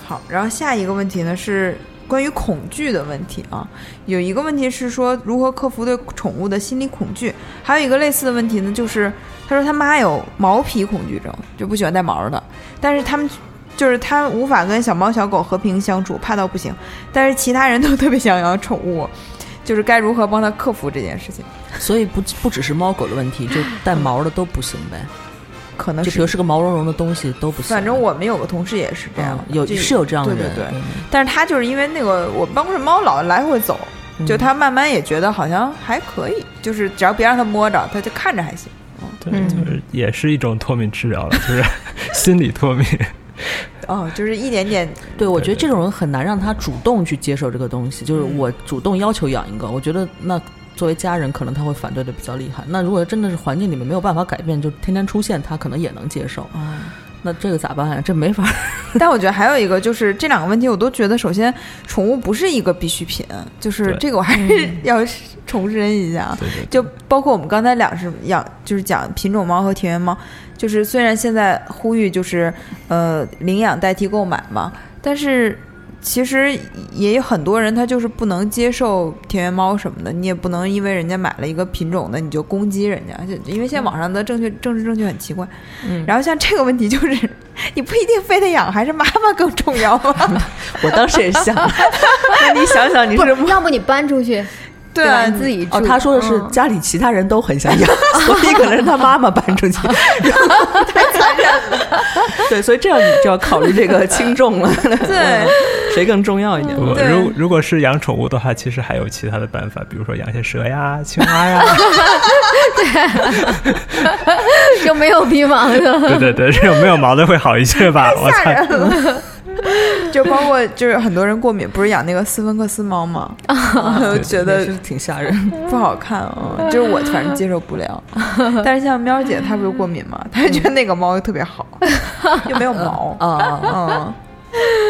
C: 好，然后下一个问题呢是关于恐惧的问题啊，有一个问题是说如何克服对宠物的心理恐惧，还有一个类似的问题呢，就是他说他妈有毛皮恐惧症，就不喜欢带毛的，但是他们。就是他无法跟小猫小狗和平相处，怕到不行。但是其他人都特别想养宠物，就是该如何帮他克服这件事情？
B: 所以不不只是猫狗的问题，就带毛的都不行呗，
C: 可能
B: 就比
C: 是
B: 如，是个毛茸茸的东西都不行，
C: 嗯反正我们有个同事也是这样，
B: 嗯有
C: 就是
B: 有这样的
C: 对
B: 人，嗯
C: 对对但是他就是因为那个我们办公室猫老来回走，
B: 嗯
C: 就他慢慢也觉得好像还可以，就是只要别让它摸着，它就看着还行。
E: 嗯
D: <laughs> 对，就是也是一种脱敏治疗了，就是心理脱敏。
C: 哦，就是一点点
B: 对，我觉得这种人很难让他主动去接受这个东西。就是我主动要求养一个，我觉得那作为家人，可能他会反对的比较厉害。那如果真的是环境里面没有办法改变，就天天出现，他可能也能接受。那这个咋办呀、啊这没法儿。
C: 但我觉得还有一个就是这两个问题，我都觉得首先宠物不是一个必需品，就是
D: 对
C: 这个我还是要重申一下啊。
D: 对对，对
C: 就包括我们刚才俩是养，就是讲品种猫和田园猫，就是虽然现在呼吁就是呃领养代替购买嘛，但是其实也有很多人他就是不能接受田园猫什么的，你也不能因为人家买了一个品种的你就攻击人家，就因为现在网上的正确政治正确很奇怪。
B: 嗯
C: 然后像这个问题就是，你不一定非得养，还是妈妈更重要啊？
B: 我当时也 <laughs> 想，那你想想，你
E: 不
B: 是
E: 是，要不你搬出去，
C: 对
E: 吧
C: 啊，
E: 你自己住。
B: 哦，他说的是
E: 嗯
B: 家里其他人都很想养， <laughs> 所以可能是他妈妈搬 <laughs> 出去，太残忍了。 <laughs> 对，所以这样你就要考虑这个轻重了， <laughs> 嗯
C: 对，
B: 谁更重要一点？
D: 我
C: 对
D: 如如果是养宠物的话，其实还有其他的办法，比如说养一些蛇呀、青蛙呀，
C: <laughs>
E: 就没有皮
B: <laughs>
E: 毛的。
D: 对对对，这种没有毛的会好一些吧？我猜，
C: 就包括就是很多人过敏，不是养那个斯芬克斯猫吗？
B: 啊 <laughs>
C: 我觉得
B: 是挺吓人。 <laughs>
C: 不好看啊、
B: 嗯
C: 就是我反正接受不了。但是像喵姐她不是过敏吗？她觉得那个猫特别好，又没
B: <laughs>
C: 有毛，
B: 啊
C: 嗯，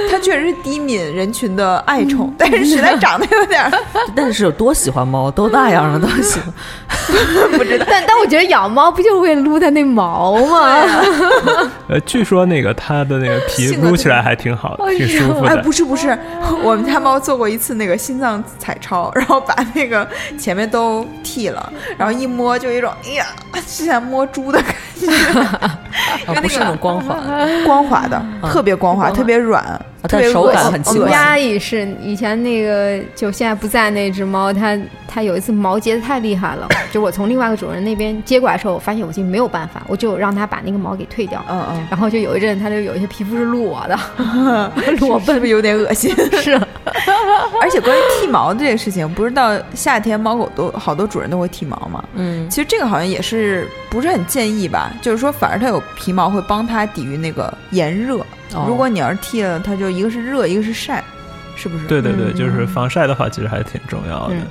C: 它确实是低敏人群的爱
B: 嗯
C: 宠，但是实在长得有点儿
B: 但是有多喜欢猫，都那样了，都喜 <laughs> 欢。
C: 不知道。
E: 但但我觉得养猫不就是为了撸它那毛
B: 啊
E: <laughs> 吗？
D: 呃，据说那个它的那个皮
C: 性格
D: 撸起来还挺好的，
E: 哎呦
D: 挺舒服
C: 哎，
D: 的
C: 不。是不是，我们家猫做过一次那个心脏彩超，然后把那个前面都剃了，然后一摸就有一种哎呀，是像摸猪的感觉，
B: 啊，不是那种光环，
C: 光滑的，特别光滑，特别软，
B: 嗯啊但
C: 特别
B: 手
C: 恶
B: 感
C: 心
B: 很
E: 我
B: 奇怪
E: 们
C: 恶心
E: 家也是，以前那个就现在不在那只猫，它它有一次毛结的太
B: <coughs>
E: 厉害了，就我从另外一个主人那边接过来的时候，我发现我已经没有办法，我就让它把那个毛给退掉。
C: 嗯嗯。
E: 然后就有一阵，它就有一些皮肤是裸的， <laughs>
C: <laughs> 是不
E: 裸奔
C: 是有点恶心？
E: 是。
C: 而且关于剃毛这个事情，不是到夏天猫狗都好多主人都会剃毛吗？
B: 嗯， <laughs>
C: 其实这个好像也是不是很建议吧，就是说反而它有皮毛会帮它抵御那个炎热。
B: 哦
C: 如果你要是剃了，它就一个是热，一个是晒，是不是？
D: 对对对，
E: 嗯
D: 就是防晒的话，其实还挺重要的
E: 嗯。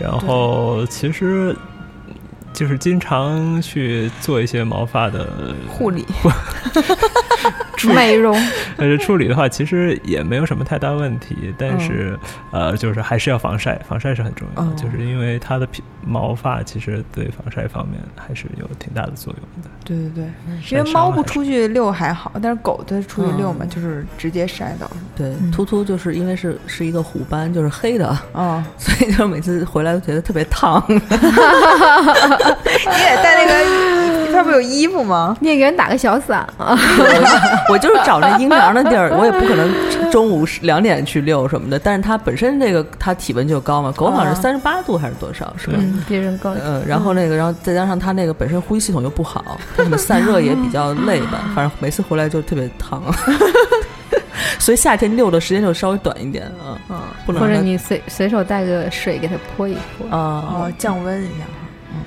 D: 然后其实就是经常去做一些毛发的
C: 护理。
E: 美容，
D: <laughs> 呃，处理的话其实也没有什么太大问题，但是、呃，就是还是要防晒，防晒是很重要的，
C: 嗯
D: 就是因为它的皮毛发其实对防晒方面还是有挺大的作用的。
C: 对对对，因
D: 晒
C: 为猫
D: 伤
C: 不
D: 害
C: 出去遛还好，但是狗它出去遛嘛，
B: 嗯
C: 就是直接晒到。
B: 对，突突就是因为是是一个虎斑，就是黑的，
C: 哦，
B: 所以就是每次回来都觉得特别烫。 <laughs>
C: 你也带那个，它不有衣服吗？
E: 你也给人打个小伞啊！
B: 我就是找那阴凉的地儿，我也不可能中午十两点去遛什么的。但是它本身这个它体温就高嘛，狗好像
C: 啊
B: 是三十八度还是多少，是吧？
E: 嗯，别人高兴。
B: 嗯，然后那个，然后再加上它那个本身呼吸系统又不好，它可能散热也比较累吧，反正每次回来就特别烫，所以夏天遛的时间就稍微短一点啊，嗯不能
E: 或者
B: 让
E: 你随随手带个水给它泼一泼
B: 它。啊
C: 哦，降温一下哈。嗯，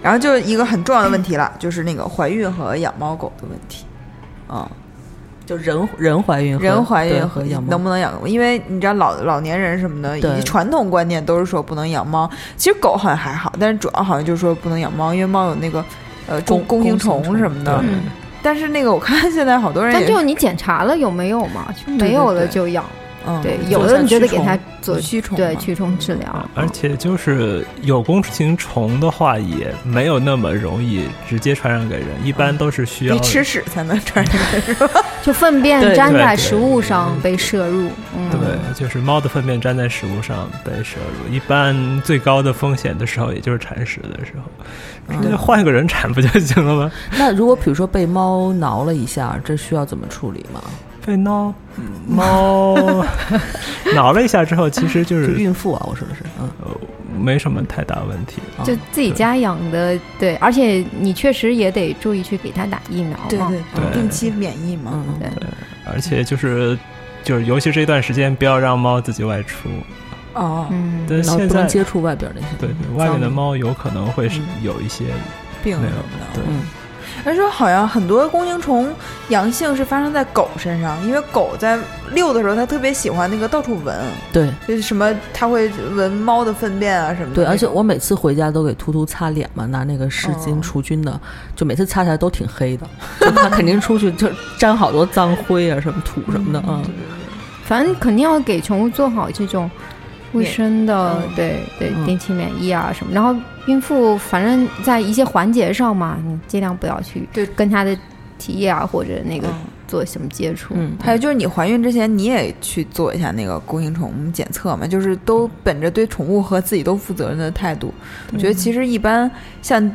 C: 然后就一个很重要的问题了，就是那个怀孕和养猫狗的问题。啊、
B: 就人人怀孕和
C: 人怀
B: 对
C: 孕
B: 和养猫
C: 能不能养狗？因为你知道老老年人什么的，以
B: 对
C: 及传统观念都是说不能养猫。其实狗好像还好，但是主要好像就是说不能养猫，因为猫有那个呃弓
B: 弓弓
C: 形
B: 形
C: 虫
B: 虫
C: 什么的
D: 对。
E: 嗯
C: 但是那个我看现在好多人
E: 但
C: 也
E: 就你检查了有没有嘛？就没有了就养。
C: 嗯
E: 对，
C: 做
E: 有
C: 像
E: 的你就得
C: 驱
E: 给它
C: 虫
E: 做
C: 驱虫嘛
E: 对
C: 嗯
E: 驱虫治疗
D: 啊。而且就是有弓形虫的话，也没有那么容易直接传染给人，一般都是需要
C: 嗯得吃屎才能传染，是吧？
E: 就粪便
B: 对
E: 粘
D: 对
E: 在
D: 对
E: 食物上被摄入，嗯，
D: 对，就是猫的粪便粘在食物上被摄入，一般最高的风险的时候，也就是铲屎的时候，直接换个人铲不就行了吗？
B: 那如果比如说被猫挠了一下，这需要怎么处理吗？
D: 被挠猫挠了一下之后，其实就是是
B: 孕妇啊，我说的是，嗯，
D: 呃没什么太大问题。
B: 啊
E: 就自己家养的，对，而且你确实也得注意去给它打疫苗
C: 对
E: 嘛，
C: 对 <laughs>
D: 对
C: 定期免疫嘛。
B: 嗯，
E: 对
D: 而且就是就是，尤其这段时间，不要让猫自己外出。
C: 哦，
E: 嗯，
D: 但是
B: 然后
D: 现
B: 不
D: 在
B: 能接触外边那些，
D: 对对，外面的
B: 脏
D: 猫有可能会是
B: 嗯
D: 有一些
C: 病
D: 那
C: 什
D: 个
C: 么的。
D: 对。
B: 嗯，
C: 而说好像很多弓形虫阳性是发生在狗身上，因为狗在遛的时候，它特别喜欢那个到处闻，
B: 对
C: 就是什么它会闻猫的粪便啊什么的。
B: 对，而且我每次回家都给秃秃擦脸嘛，拿那个湿
C: 哦
B: 巾除菌的，就每次擦起来都挺黑的，就它肯定出去就沾好多脏灰啊、什么土什么的，嗯，
E: 反正肯定要给宠物做好这种卫生的，
C: 嗯
E: 对对，
B: 嗯
E: 定期免疫啊什么。然后孕妇反正在一些环节上嘛，你尽量不要去
C: 对
E: 跟她的体液啊或者那个
C: 嗯
E: 做什么接触。
B: 嗯
C: 还有就是你怀孕之前，你也去做一下那个弓形虫检测嘛，就是都本着对宠物和自己都负责任的态度。我觉得其实一般像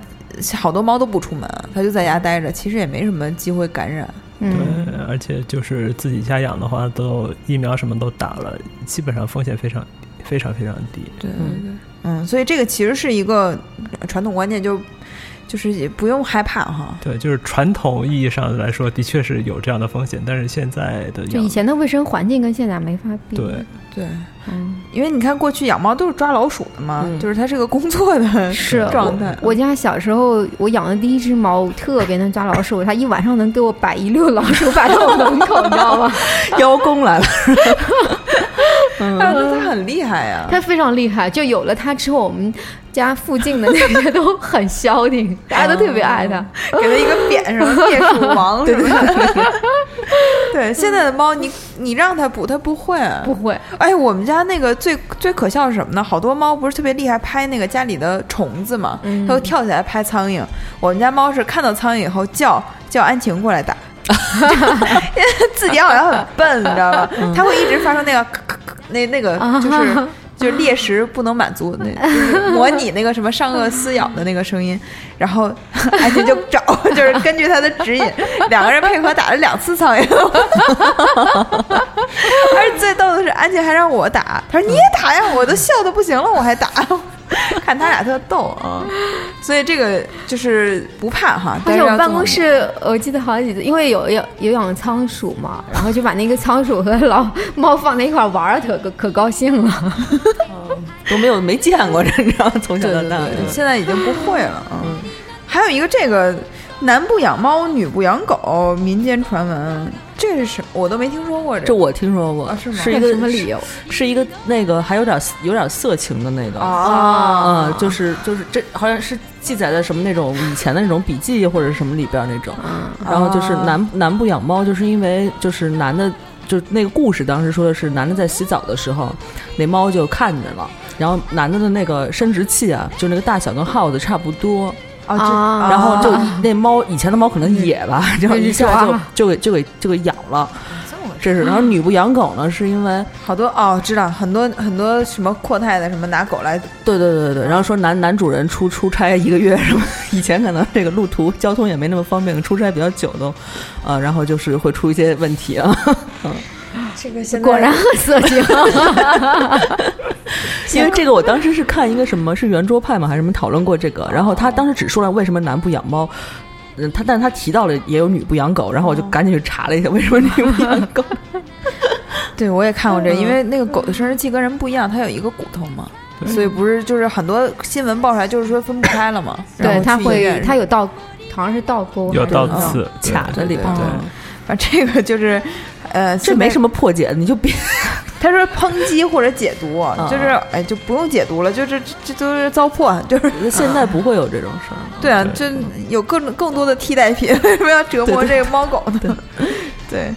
C: 好多猫都不出门，它就在家待着，其实也没什么机会感染。
E: 嗯，
D: 对，而且就是自己家养的话，都疫苗什么都打了，基本上风险非常非常非常低。
C: 对对对，嗯，所以这个其实是一个传统观念，就就是也不用害怕哈。
D: 对，就是传统意义上来说，的确是有这样的风险，但是现在的
E: 就
D: 养
E: 以前的卫生环境跟现在没法比。
D: 对，
C: 对，
E: 嗯，
C: 因为你看过去养猫都是抓老鼠的嘛，
B: 嗯
C: 就是它是个工作的
E: 是
C: <laughs> 状态。
E: 我家小时候，我养的第一只猫特别能抓老鼠，它一晚上能给我摆一溜老鼠摆到我门口，你知道吗？
B: 邀功来了，
C: 但是它很厉害呀、
E: 它非常厉害，就有了它之后，我们家附近的那些都很消
C: <laughs>
E: 停，大家都特别爱它。
C: 给它一个匾什么灭鼠王什么的。 <laughs> 对，现在的猫你你让它捕，它不会。
E: 不会，
C: 哎，我们家那个最最可笑是什么呢？好多猫不是特别厉害拍那个家里的虫子嘛，它会跳起来拍苍蝇。我们家猫是看到苍蝇以后叫叫安晴过来打，因为自己好像很笨，你知道
E: <laughs>
C: 吧？
E: 嗯
C: 它会一直发出那个咳咳咳那那个
E: 啊
C: 就是。就是猎食不能满
E: <laughs>
C: 足，那就是模拟那个什么上颚撕咬的那个声音，然后 <laughs> 安晴就找， <laughs> 就是根据他的指引，两个人配合打了两次苍蝇， <laughs> 而且最逗的是，安琪还让我打，她说你也打呀，我都笑的不行了，我还打， <laughs> 看他俩特逗啊。所以这个就是不怕哈，
E: 而
C: 但
E: 且
C: 是
E: 我
C: 要
E: 们办
C: 做
E: 公
C: 好
E: 室，我记得好几次，因为有有有养仓鼠嘛，然后就把那个仓鼠和老猫放在一块儿玩儿，可可可高兴了。
B: 都没有没见过嗯这，你知道，从小到大，
C: 对现在已经不会了啊。还有一个这个男不养猫，女不养狗，民间传闻，这是什我都没听说过这
B: 这
C: 个
B: 我听说过，
C: 啊是吗
B: 是一
C: <laughs>
E: 看
B: 个
E: 什 <laughs> 么理由？
B: 是一个那个还有点有点色情的那个
C: 啊
B: 嗯就是就是这好像是记载在什么那种以前的那种笔记或者什么里边儿那种，然后就是
C: 啊
B: 男男不养猫，就是因为就是男的。就那个故事，当时说的是男的在洗澡的时候，那猫就看见了，然后男的的那个生殖器啊，就那个大小跟耗子差不多，
C: 啊，这
E: 啊
B: 然后就那猫以前的猫可能野吧，然后一下就就给就给就给咬了，这是。然后女不养狗呢，是因为
C: 好多哦，知道很多很多什么阔太太什么拿狗来
B: 对对对对对，然后说男男主人出出差一个月什么， <laughs> 以前可能这个路途交通也没那么方便，出差比较久都，呃，然后就是会出一些问题啊，
C: 这个现在
E: 果然很色
C: <laughs>
E: 情。
B: <laughs>
E: <laughs>
B: 因为这个我当时是看一个什么是圆桌派嘛还是什么讨论过这个，然后他当时只说了为什么男不养猫。嗯，他但是他提到了也有女不养狗，然后我就赶紧去查了一下为什么女不养 <laughs> 狗。
C: 对，我也看过这，因为那个狗的生殖器跟人不一样，它有一个骨头嘛，
D: 对
C: 所以不是就是很多新闻爆出来，就是说分不开了嘛。然
E: 对
C: 后，
E: 它
C: 去医
E: 会
C: 院，
E: 它有倒，好像是倒钩，
D: 有倒
C: 嗯
B: <laughs>
D: 刺对
B: 卡在里边儿
D: 对
C: 嗯反正这个就是，呃，
B: 这没什
C: 么。
B: 么破解的，你就 <laughs> 别
C: 他说抨击或者解读，就是哎，就不用解读了，就是这这都是糟粕，就是
B: 现在不会有这种事儿。
C: 对啊，就
D: 对
C: 有各种更多的替代品， <laughs> 为什么要折磨
B: 对
C: 这个猫狗呢？ <laughs> 对，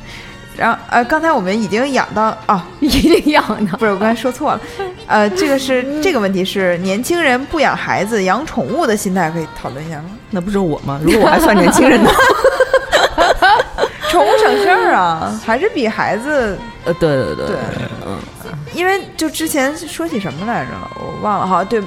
C: 然后呃，刚才我们已经养到啊，
E: 一定养
C: <laughs>
E: 的。
C: 不是，我刚才
B: <laughs>
C: 说错了。呃，这个是这个问题是年轻人不养孩子养宠物的心态，可以讨论
B: <laughs>
C: 一下吗？
B: 那不是我吗？如果我还算年轻人呢？
C: 宠物省事儿啊，还是比孩子
B: 呃， <laughs> 对对对
C: 对，因为就之前说起什么来着了，我忘了。好，对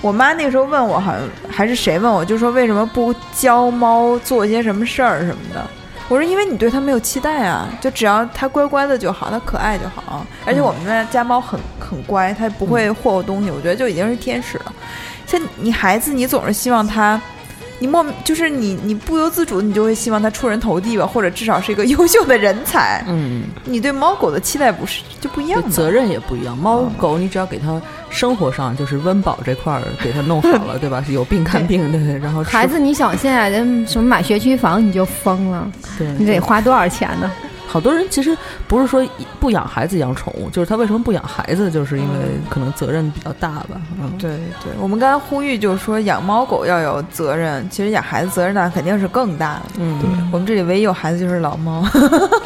C: 我妈那个时候问我，好像还是谁问我，就说为什么不教猫做些什么事儿什么的。我说，因为你对它没有期待啊，就只要它乖乖的就好，它可爱就好。而且我们家家猫很很乖，它不会霍霍东西，我觉得就已经是天使了。像你孩子，你总是希望它你莫就是你你不由自主，你就会希望它出人头地吧，或者至少是一个优秀的人才。
B: 嗯，
C: 你对猫狗的期待不是就不一样
B: 对
C: 的，
B: 责任也不一样。猫狗你只要给它生活上就是温饱这块儿给它弄好了，对吧？是有病看病，对，然后吃
E: 孩子，你想现在的什么买学区房你就疯了，
B: 对，
E: 你得花多少钱呢？
B: 好多人其实不是说不养孩子养宠物，就是他为什么不养孩子，就是因为可能责任比较大吧。嗯，
C: 对对，我们刚才呼吁就是说养猫狗要有责任，其实养孩子责任那肯定是更大的。
B: 嗯
D: 对
C: 我们这里唯一有孩子就是老猫， <laughs>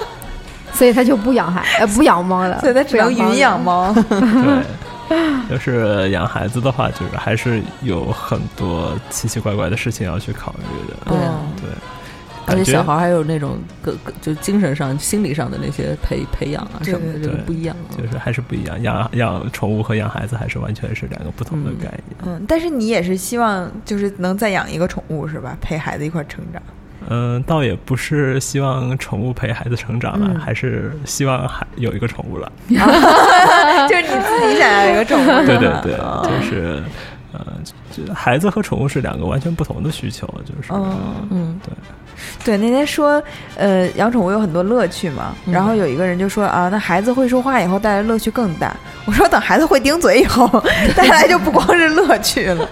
E: 所以他就不养孩，呃，不养猫了，
C: 所以它只能云养
E: 猫了。
C: 猫。
D: 对，就是养孩子的话，就是还是有很多奇奇怪怪的事情要去考虑的。
B: 对
C: 哦
D: 对，
B: 嗯而且
D: 感觉
B: 小孩还有那种各各就精神上、心理上的那些培培养啊
C: 对
B: 什么的，
C: 对
B: 这个
D: 对
B: 不一样啊。
D: 就是还是不一样，养养宠物和养孩子还是完全是两个不同的
B: 嗯
D: 概念。
C: 嗯，但是你也是希望就是能再养一个宠物是吧？陪孩子一块儿成长。
D: 嗯，倒也不是希望宠物陪孩子成长了，
C: 嗯
D: 还是希望还有一个宠物了。
C: 就是你自己想要一个宠物，
D: 对对 <laughs> 对，就是呃，就孩子和宠物是两个完全不同的需求，就是、
C: 嗯
B: 嗯，
C: 对。那天说，呃，养宠物有很多乐趣嘛，
B: 嗯
C: 然后有一个人就说啊，那孩子会说话以后带来乐趣更大。我说等孩子会顶嘴以后， <laughs> 带来就不光是乐趣了。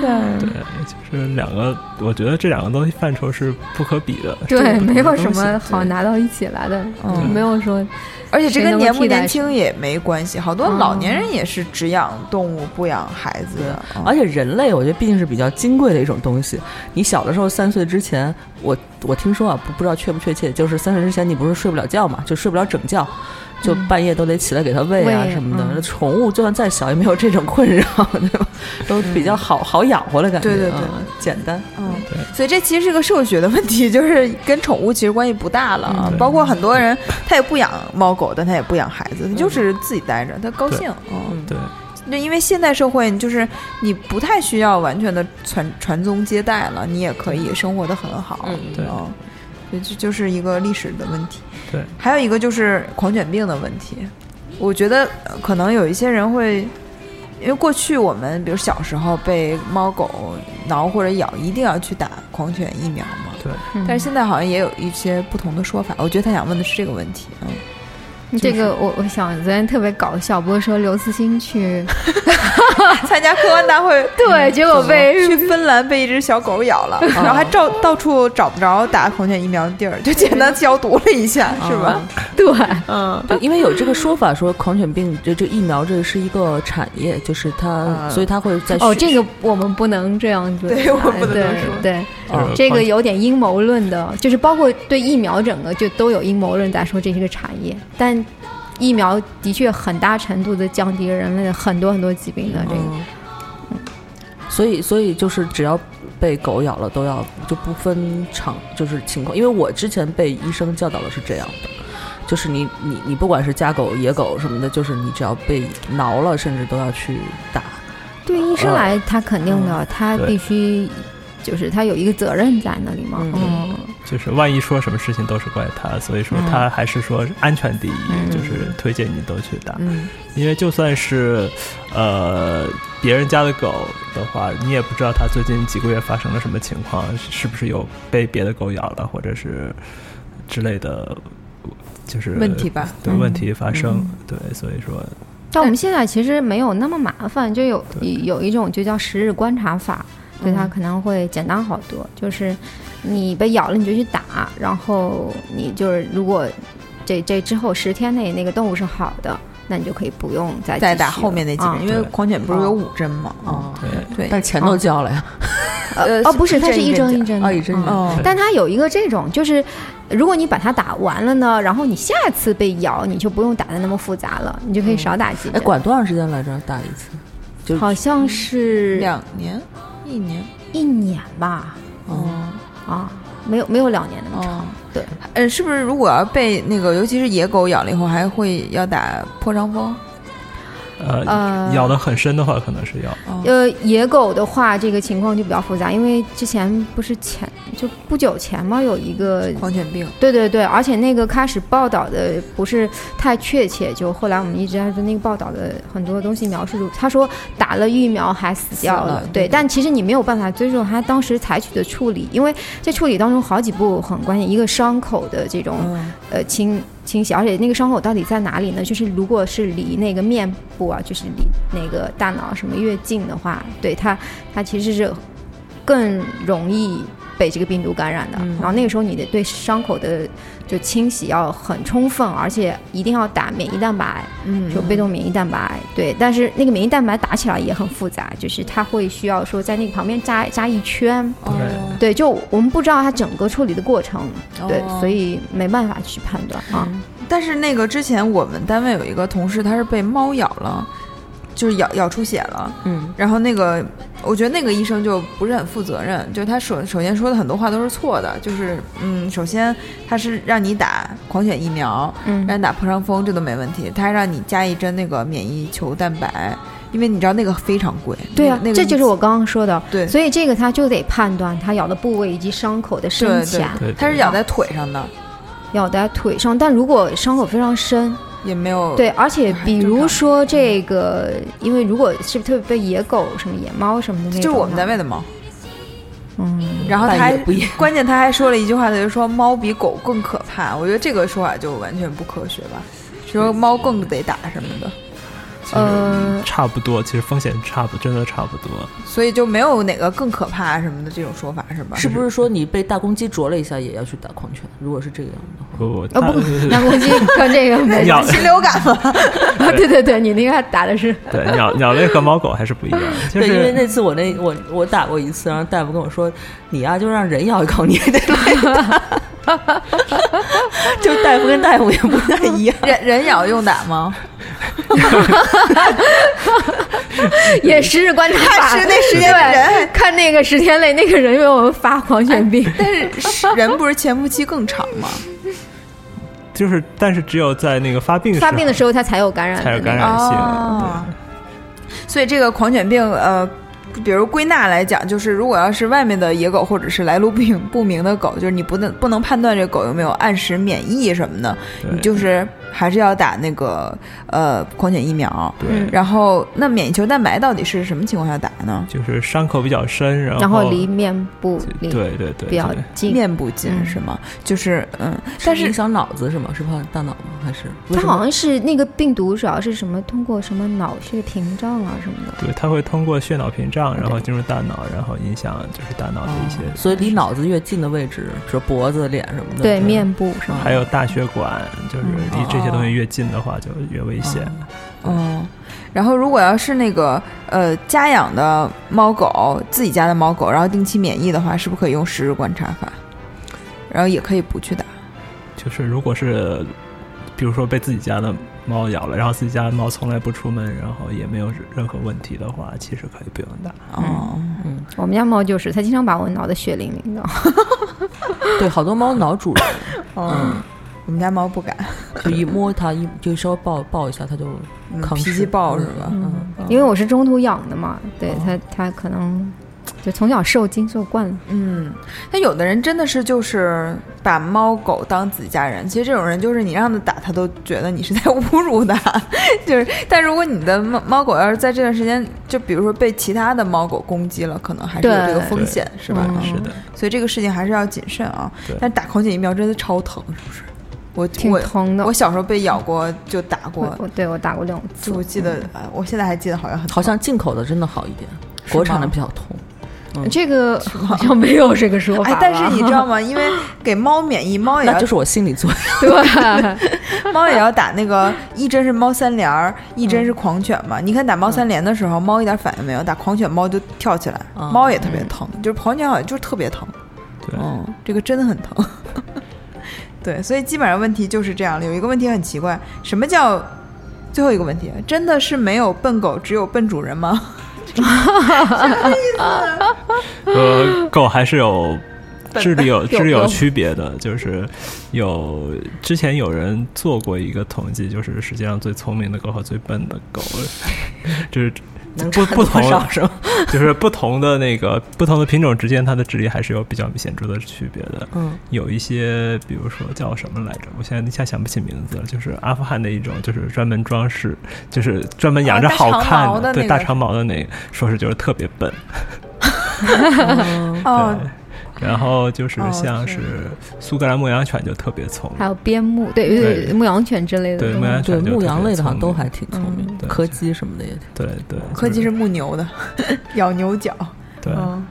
D: 对，就是两个，我觉得这两个东西范畴是不可比的。是
E: 对，
D: 不同的
E: 没有
D: 东
E: 什
D: 西
E: 么好
D: 对
E: 拿到一起来的，
C: 嗯
E: 没有说
C: 而且这
E: 谁
C: 跟
E: 能够
C: 年不
E: 替代
C: 年轻也没关系，好多
E: 嗯
C: 老年人也是只养动物不养孩子的。嗯
B: 而且人类，我觉得毕竟是比较金贵的一种东西。你小的时候三岁之前，我我听说啊，不不知道确不确切，就是三岁之前你不是睡不了觉嘛，就睡不了整觉，就半夜都得起来给它喂啊
E: 喂
B: 什么的。
E: 嗯
B: 那宠物就算再小也没有这种困扰， <laughs> 对吧？都比较好好养活了，感觉
C: 对对对
B: 嗯简单。
C: 嗯
D: 对，
C: 所以这其实是个社会学的问题，就是跟宠物其实关系不大了啊。
D: 嗯对
C: 包括很多人他也不养猫狗，但他也不养孩子，他就是自己待着，他高兴。嗯，
D: 对。
C: 就因为现代社会，就是你不太需要完全的传传宗接代了，你也可以生活的很好。
B: 嗯
D: 对
C: 嗯所以这就是一个历史的问题。
D: 对，
C: 还有一个就是狂犬病的问题。我觉得呃可能有一些人会，因为过去我们比如小时候被猫狗挠或者咬，一定要去打狂犬疫苗嘛。
E: 嗯
C: 但是现在好像也有一些不同的说法。我觉得他想问的是这个问题。嗯，
E: 这个我我想昨天特别搞笑，不是说刘慈欣去，
C: 参加科幻大
D: <laughs>
C: 会
E: 对，结果被
C: 去芬兰被一只小狗咬了，
D: 啊
C: 然后还照到处找不着打狂犬疫苗的地儿，就简单消毒了一下，
D: 啊
C: 是吧？
E: <laughs> 对，
C: 嗯，
B: 对，因为有这个说法，说狂犬病这这疫苗这是一个产业，就是它，
C: 嗯
B: 所以它会在
E: 哦，
B: 宣
E: 这个我们不能这样子来，哎
C: 对我们不能
E: 对
C: 这么说
E: 对，
D: 就是
E: 嗯哦这个
D: 狂
E: 有点阴谋论的，就是包括对疫苗整个就都有阴谋论在说这是个产业，但疫苗的确很大程度的降低了人类的很多很多疾病的这个。
B: 嗯所以，所以就是只要被狗咬了，都要就不分场，就是情况。因为我之前被医生教导的是这样的，就是你你你不管是家狗、野狗什么的，就是你只要被挠了，甚至都要去打。
E: 对医生来，他肯定的，他
D: 对
E: 必须就是他有一个责任在那里嘛，
B: 嗯
E: 嗯，
D: 就是万一说什么事情都是怪他，所以说
B: 嗯
D: 他还是说安全第一，
B: 嗯
D: 就是推荐你都去打，
B: 嗯，
D: 因为就算是呃别人家的狗的话，你也不知道它最近几个月发生了什么情况，是不是有被别的狗咬了，或者是之类的，就是
C: 问题吧。
D: 对
B: 嗯
D: 问题发生，对，所以说
E: 但我们现在其实没有那么麻烦，就有有一种就叫十日观察法，对
C: 嗯
E: 它可能会简单好多。就是你被咬了你就去打，然后你就是如果这这之后十天内那个动物是好的，那你就可以不用再
C: 再
E: 继续
C: 打后面那几
E: 了
C: 啊
E: 啊
C: 针，因为
D: 对
C: 狂犬不是有五针嘛？
B: 哦，
D: 对。
C: 对，
B: 但钱都交了呀，
E: 啊
C: 呃
E: 哦不是，
C: 一
E: 它
C: 针
E: 是
C: 一
E: 一
C: 针
E: 针一
C: 讲
E: 针
B: 啊，
E: 的
B: 一针
E: 嗯
C: 哦
E: 但它有一个这种，就是如果你把它打完了呢，然后你下次被咬，你就不用打的那么复杂了，你就可以少打几
B: 哎，
E: 针。
B: 管多长时间来着？打一次？就
E: 好像是
C: 两年、一年，
E: 一年吧，
C: 嗯
E: 啊，没有没有两年那么长。
C: 哦，
E: 对，
C: 呃，是不是如果要被那个，尤其是野狗咬了以后，还会要打破伤风？
D: 呃
E: 呃，
D: 咬得很深的话，可能是要
C: 哦
E: 呃，野狗的话，这个情况就比较复杂，因为之前不是前就不久前嘛，有一个
C: 狂犬病，
E: 对对对，而且那个开始报道的不是太确切，就后来我们一直在说那个报道的很多东西描述，他说打了疫苗还死掉
C: 死了
E: 对，但其实你没有办法追究他当时采取的处理，因为这处理当中好几步很关键，一个伤口的这种、
C: 嗯
E: 呃清清洗，而且那个伤口到底在哪里呢？就是如果是离那个面部啊，就是离那个大脑什么越近的话，对它它其实是更容易被这个病毒感染的。
B: 嗯
E: 然后那个时候你得对伤口的就清洗要很充分，而且一定要打免疫蛋白，
C: 嗯
E: 就被动免疫蛋白。对，但是那个免疫蛋白打起来也很复杂，就是它会需要说在那个旁边扎扎一圈。
D: 对
C: 哦
E: 对，就我们不知道它整个处理的过程，对，
C: 哦
E: 所以没办法去判断啊。
C: 但是那个之前我们单位有一个同事，他是被猫咬了，就是咬咬出血了。
B: 嗯，
C: 然后那个，我觉得那个医生就不是很负责任，就他首首先说的很多话都是错的，就是嗯，首先他是让你打狂犬疫苗，
E: 嗯
C: 让你打破伤风这都没问题，他还让你加一针那个免疫球蛋白，因为你知道那个非常贵，
E: 对啊
C: 那，个、那个
E: 这就是我刚刚说的。
C: 对
E: 所以这个他就得判断他咬的部位以及伤口的深
C: 对
E: 浅，
D: 对对
C: 他是咬在腿上的，
E: 咬在腿上。但如果伤口非常深，
C: 也没有
E: 对，而且比
C: 哦正
E: 如
C: 常嗯
E: 说这个，因为如果是特别被野狗、什么野猫什么的那种，
C: 就是我们单位，的猫。
E: 嗯，
C: 然后他
B: 但
C: 还
B: 也不一样
C: <laughs> 关键他还说了一句话，他就说猫比狗更可怕。我觉得这个说法就完全不科学吧，说猫更得打什么的，
D: 其
E: 呃
D: 实差不多，其实风险差不真的差不多。
C: 所以就没有哪个更可怕什么的这种说法是吧？
B: 是不是说你被大公鸡啄了一下也要去打狂犬？如果是这个样的话，
D: 不，
E: 呃
D: 它
E: 不，南宫鸡
C: <laughs>
E: 跟这个没，
D: 咬
C: 禽流感吗？
E: 对对对，你那个打的是
D: <laughs> 对鸟鸟类和猫狗还是不一样，就
B: 对，因为
D: 是
B: 那次我那我我打过一次，然后大夫跟我说，你呀、就让人咬一口，你也得来一打。 <laughs> 就是大夫跟大夫也不太一样，
C: 人人咬用打吗？
E: 也时日观察法，
C: 是那十天的人哎
E: 对看那个十天内那个人有没有发狂犬病，
C: 但是人不是潜伏期更长吗？
D: 就是，但是只有在那个发病
E: 发病的时候他才有感染
D: 才
E: 的
D: 有
E: 那个
D: 感染性。
C: 哦，所以这个狂犬病，呃，比如归纳来讲，就是如果要是外面的野狗或者是来路不明不明的狗，就是你不能不能判断这狗有没有按时免疫什么的，
D: 对
C: 你就是还是要打那个呃狂犬疫苗。
D: 对
E: 嗯
D: 对，
C: 然后，那免疫球蛋白到底是什么情况下打呢？
D: 就是伤口比较深，然后
E: 然后离面部离
D: 对对对对
E: 比较
D: 对
E: 近。
C: 面部近
E: 嗯
C: 是吗？就是嗯，但
B: 影
C: 是
B: 响脑子是吗？是怕大脑吗？还是为
E: 它
B: 什么
E: 好像是那个病毒，主要是什么通过什么脑血屏障啊什么的。
D: 对，它会通过血脑屏障，然后进入大脑，然后影响就是大脑的一些，
B: 所以离脑子越近的位置，比如脖子、脸什么的，
E: 对，面部什么
D: 还有大血管，就是
E: 嗯
D: 离这
E: 哦
D: 些东西越近的话就越
B: 啊
D: 危险。
C: 嗯，然后如果要是那个呃家养的猫狗，自己家的猫狗，然后定期免疫的话，是不是可以用十日观察法？然后也可以不去打。
D: 就是如果是比如说被自己家的猫咬了，然后自己家的猫从来不出门，然后也没有任何问题的话，其实可以不用打。
C: 哦，
E: 我们家猫就是，它经常把我挠得血淋淋的。
B: 对，好多猫挠主人，
C: 嗯，我们家猫不敢，
B: 就一摸它，一就稍微抱抱一下，它就
C: 嗯
B: 抗
C: 脾
B: 拒
C: 气暴是吧？
B: 嗯，
E: 因为我是中途养的嘛，对它它可能就从小受惊受惯了。
C: 嗯，那有的人真的是就是把猫狗当自己家人，其实这种人就是你让他打，他都觉得你是在侮辱他。 <laughs> 就是，但如果你的猫猫狗要是在这段时间，就比如说被其他的猫狗攻击了，可能还是有这个
E: 对
C: 风险，是吧？
E: 嗯
D: 是的，
C: 所以这个事情还是要谨慎啊
D: 对。
C: 但打狂犬疫苗真的超疼，是不是？我
E: 挺疼的
C: 我。我小时候被咬过，就打过
E: <laughs> 我，我对我打过两次
C: 就，我记得，啊我现在还记得好像很
B: 好像进口的真的好一点，
C: 是
B: 国产的
C: 吗
B: 比较痛。
E: 这个好像没有这个说法
C: 哎
E: 吧。，
C: 但是
E: <laughs>
C: 你知道吗？因为给猫免疫，猫也
B: 那
C: 要
B: 就是我心理作用。
E: 对，
C: 猫也要打那
D: <laughs>
C: 个一针是猫三联儿，一针是狂犬
D: 嗯
C: 嘛。你看打猫三联的时候，猫一点反应没有，打狂犬猫就跳起来，
B: 嗯
C: 猫也特别疼，就是狂犬好像就是特别疼。
D: 对，
C: 嗯，这个真的很疼。 <laughs> 对，所以基本上问题就是这样了。有一个问题很奇怪，什么叫最后一个问题？真的是没有笨狗，只有笨主人吗？
D: 呃，狗还是有智力有智力有区别的，就是有之前有人做过一个统计，就是世界上最聪明的狗和最笨的狗，就是
B: 能
D: 不
B: 差多
D: 不同
B: 少是吗？
D: 就是不同的那个不同的品种之间，它的智力还是有比较显著的区别的。
B: 嗯，
D: 有一些，比如说叫什么来着，我现在一下想不起名字了，就是阿富汗的一种，就是专门装饰，就是专门养着
C: 啊大长
D: 好看
C: 毛的
D: 对
C: 那
D: 大
C: 个
D: 长毛的那个，说是就是特别笨，
B: <laughs>
C: 哦，
D: 对，然后就是
C: 哦
D: 像
C: 是
D: 是苏格兰牧羊犬就特别聪
E: 还
D: 明，
E: 有边牧，对
D: 对
E: 牧羊犬之类的
D: 对
E: 动物
D: 牧
B: 对，
D: 羊犬就
B: 牧
D: 特
B: 羊
D: 别
B: 类的好像
D: 聪
B: 都
D: 明
B: 还挺聪
C: 嗯
B: 明，
D: 对
B: 柯基什么的也挺。
D: 对对，
C: 柯基
D: 就是
C: 牧牛的， <laughs> 咬牛角。
D: 对，
C: 嗯，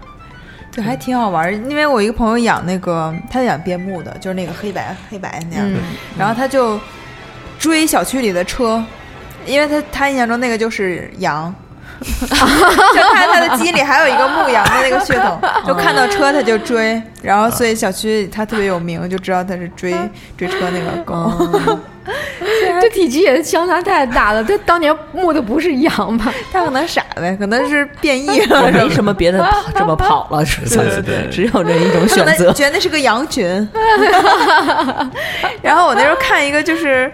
C: 对，还挺好玩儿。因为我一个朋友养那个，他养边牧的，就是那个黑白黑白那样的，
E: 嗯，
C: 然后他就追小区里的车，因为他他印象中那个就是羊。 <laughs> 就看他的基因里还有一个牧羊的那个血统，就看到车他就追，然后所以小区里他特别有名，就知道他是追追车那个狗。
E: 这体积也相差太大了。这当年牧的不是羊吧？
C: 他可能傻呗，可能是变异了，
B: 我没什么
C: <laughs>
B: 别的跑这么跑了，是吧
D: 对对对
B: 只有这一种
C: 可
B: 选
C: 能
B: 择。
C: 觉得 <laughs> 那是个羊群。然后我那时候看一个就是。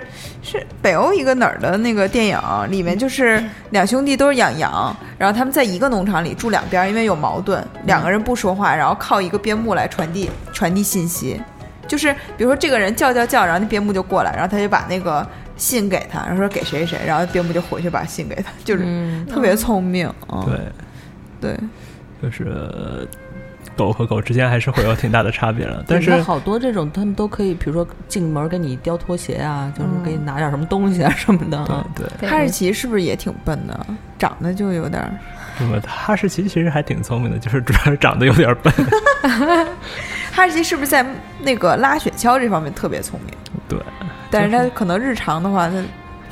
C: 是北欧一个哪儿的那个电影，里面就是两兄弟都是养羊，然后他们在一个农场里住两边，因为有矛盾，两个人不说话，然后靠一个边牧来传递传递信息，就是比如说这个人叫叫叫，然后那边牧就过来，然后他就把那个信给他，然后说给谁谁，然后边牧就回去把
B: <laughs>
C: 信给他，就是
B: 嗯
C: 特别聪明，嗯，
D: 对，
C: 对，
D: 就是狗和狗之间还是会有挺大的差别的，但
B: 对它
D: 是
B: 好多这种他们都可以，比如说进门给你叼拖鞋啊，就
C: 嗯
B: 是给你拿点什么东西啊什么的
D: 对
B: 啊。
D: 对，
E: 对
C: 哈士奇是不是也挺笨的？长得就有点儿
D: 那么哈士奇其实还挺聪明的，就是主要是长得有点
C: <laughs>
D: 笨，
C: 哈士奇是不是在那个拉雪橇这方面特别聪明？
D: 对。
C: 但是它可能日常的话，它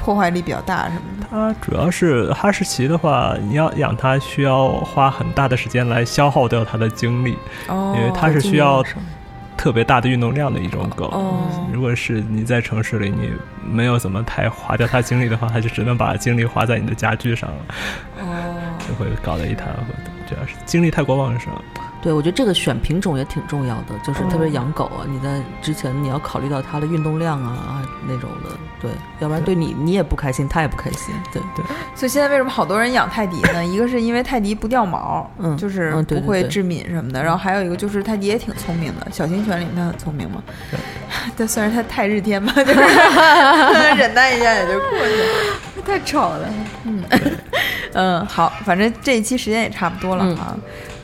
C: 破坏力比较大什么的。
D: 它主要是哈士奇的话，你要养它需要花很大的时间来消耗掉它的精力，
C: 哦，
D: 因为它是需要特别大的运动量的一种狗。
C: 哦
D: 如果是你在城市里，你没有怎么太花掉它精力的话，它就只能把精力花在你的家具上了，
C: 哦，
D: 就会搞得一塌糊涂。主要是精力太过旺盛，
B: 对，我觉得这个选品种也挺重要的，就是
C: 哦
B: 特别养狗啊，你在之前你要考虑到它的运动量啊啊那种的，对，要不然对你你也不开心，它也不开心，对
C: 所以现在为什么好多人养泰迪呢？ <laughs> 一个是因为泰迪不掉毛，
B: 嗯
C: 就是
B: 嗯对
C: 不
B: 对
C: 会
B: 对
C: 致敏什么的。然后还有一个就是泰迪也挺聪明的，小型犬里面它很聪明嘛。 <laughs> 但虽然它太日天吧，就是 <laughs> 忍耐一下也就过去了。
E: 太吵了。
C: 嗯，好，反正这一期时间也差不多了啊。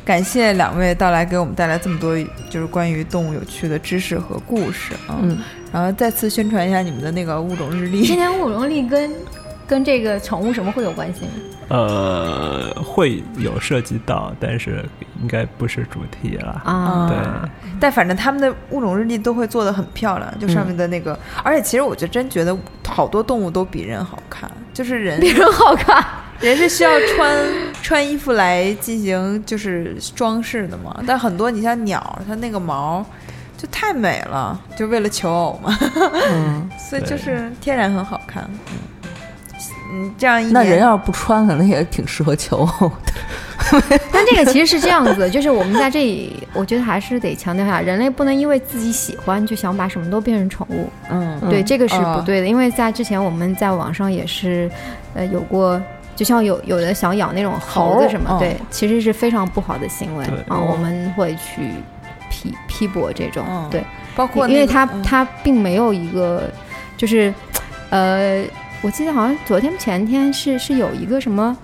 C: 感谢两位到来，给我们带来这么多就是关于动物有趣的知识和故事啊。
B: 嗯
C: 然后再次宣传一下你们的那个物种日
E: <laughs> 今
C: 历。
E: 年乌龙力跟跟这个宠物什么会有关系吗？
D: 呃，会有涉及到，但是应该不是主题了。
E: 啊，
D: 对，
C: <laughs> 但反正他们的物种日历都会做的很漂亮，就上面的那个，而且其实我就真觉得好多动物都比人好看，就是人
E: 别人好看。
C: 人是需要穿 <laughs> 穿衣服来进行就是装饰的嘛，但很多你像鸟，它那个毛就太美了，就为了求偶嘛，所以就是天然很好看。嗯，嗯这样一年
B: 那人要是不穿，可能也挺适合求偶的。
E: <laughs> 但这个其实是这样子的，就是我们在这里，我觉得还是得强调一下，人类不能因为自己喜欢就想把什么都变成宠物，
C: 嗯
E: 对，这个是
C: 啊
E: 不对的。因为在之前我们在网上也是，呃，有过。就像有有的想养那种猴哦
C: 猴
E: 子什么
C: 嗯，
E: 对，其实是非常不好的行为
D: 对
E: 啊，我们会去批批驳这种
C: 嗯，
E: 对，
C: 包括那
E: 因为
C: 个
E: 它
C: 嗯
E: 它并没有一个，就是，呃，我记得好像昨天前天是是有一个什么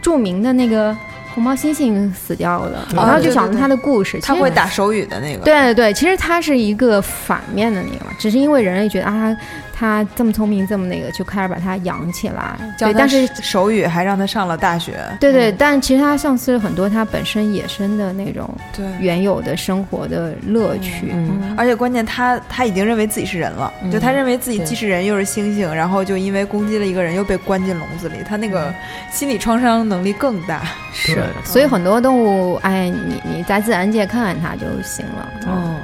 E: 著名的那个红毛猩猩死掉了，
D: 对
E: 然后就
C: 对
E: 讲
C: 对对
E: 它的故事，
C: 它
E: 其实
C: 会打手语的那个，
E: 对对对，其实它是一个反面的那个嘛，只是因为人类觉得啊，它这么聪明，这么那个，就开始把它养起来。
C: 嗯教
E: 对，
C: 它
E: 但是
C: 手语还让它上了大学，
E: 对对，但其实它丧失了很多它本身野生的那种
C: 对，
E: 原有的生活的乐趣。
B: 嗯
C: 而且关键他他已经认为自己是人了，
B: 嗯
C: 就他认为自己
B: 对
C: 既是人又是猩猩，然后就因为攻击了一个人又被关进笼子里，他那
E: 嗯
C: 个心理创伤能力更大。
D: 对
E: 是，所以很多动物，哎，你你在自然界看看它就行了。 <laughs>
C: 嗯，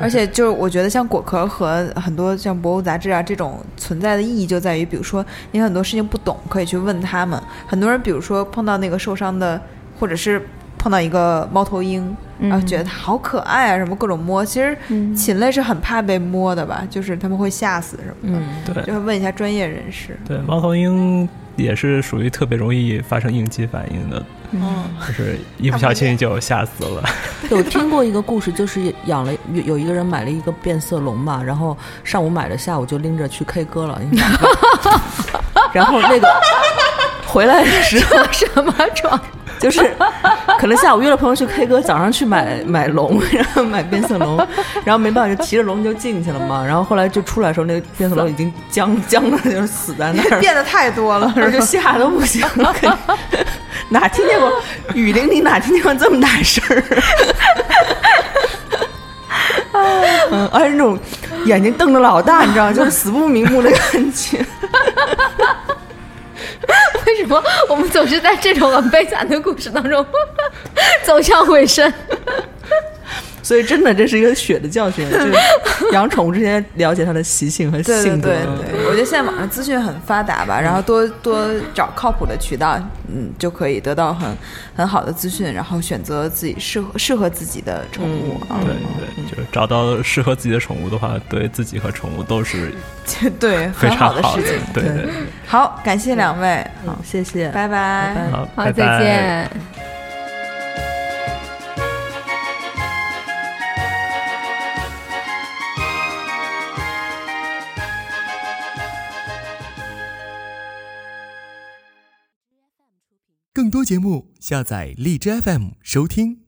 C: 而且就是我觉得像果壳和很多像博物杂志啊这种存在的意义就在于，比如说你很多事情不懂，可以去问他们。很多人比如说碰到那个受伤的，或者是碰到一个猫头鹰，
E: 嗯
C: 然后觉得它好可爱啊，什么各种摸。其实
E: 嗯
C: 禽类是很怕被摸的吧，就是他们会吓死什么的。
B: 嗯，
D: 对
C: 就会问一下专业人士。
D: 对，猫头鹰也是属于特别容易发生应激反应的，
C: 嗯，
D: 就是一不小心就吓死了。
B: 对我听过一个故事，就是养了有有一个人买了一个变色龙嘛，然后上午买了，下午就拎着去 K 歌了，你知道吗然后那个回来的时候
E: 什么状？
B: 就是可能下午约了朋友去 K 歌，早上去买买龙，然后买变色龙，然后没办法就提着龙就进去了嘛，然后后来就出来的时候，那个变色龙已经僵僵了，就是死在那儿了。
C: 变得太
B: <laughs>
C: 多了，
B: 我就吓得不行了，肯定哪听见过雨林里哪听见过这么大声儿？ <laughs> 嗯，而且那种眼睛瞪着老大，你知道，就是死不瞑目的感觉。
E: 为什么我们总是在这种很悲惨的故事当中 <laughs> 走向尾声？
B: 所以真的，这是一个血的教训，就是养宠物之前了解它的习性和
C: 对对
B: 性格。
C: 对对，我觉得现在网上资讯很发达吧，然后多多找靠谱的渠道，嗯，就可以得到很很好的资讯，然后选择自己适合适合自己的宠物啊。
D: 对对，就是找到适合自己的宠物的话，对自己和宠物都是
C: 对，
D: 非
C: 很
D: 常
C: 好
D: 好
C: 的事情。
D: 对对，
C: 好，感谢两位，
B: 好，谢谢，
C: 拜拜
B: 嗯拜
D: 好，
E: 好，
D: 拜拜
E: 再见。
F: 更多节目，下载荔枝 FM 收听。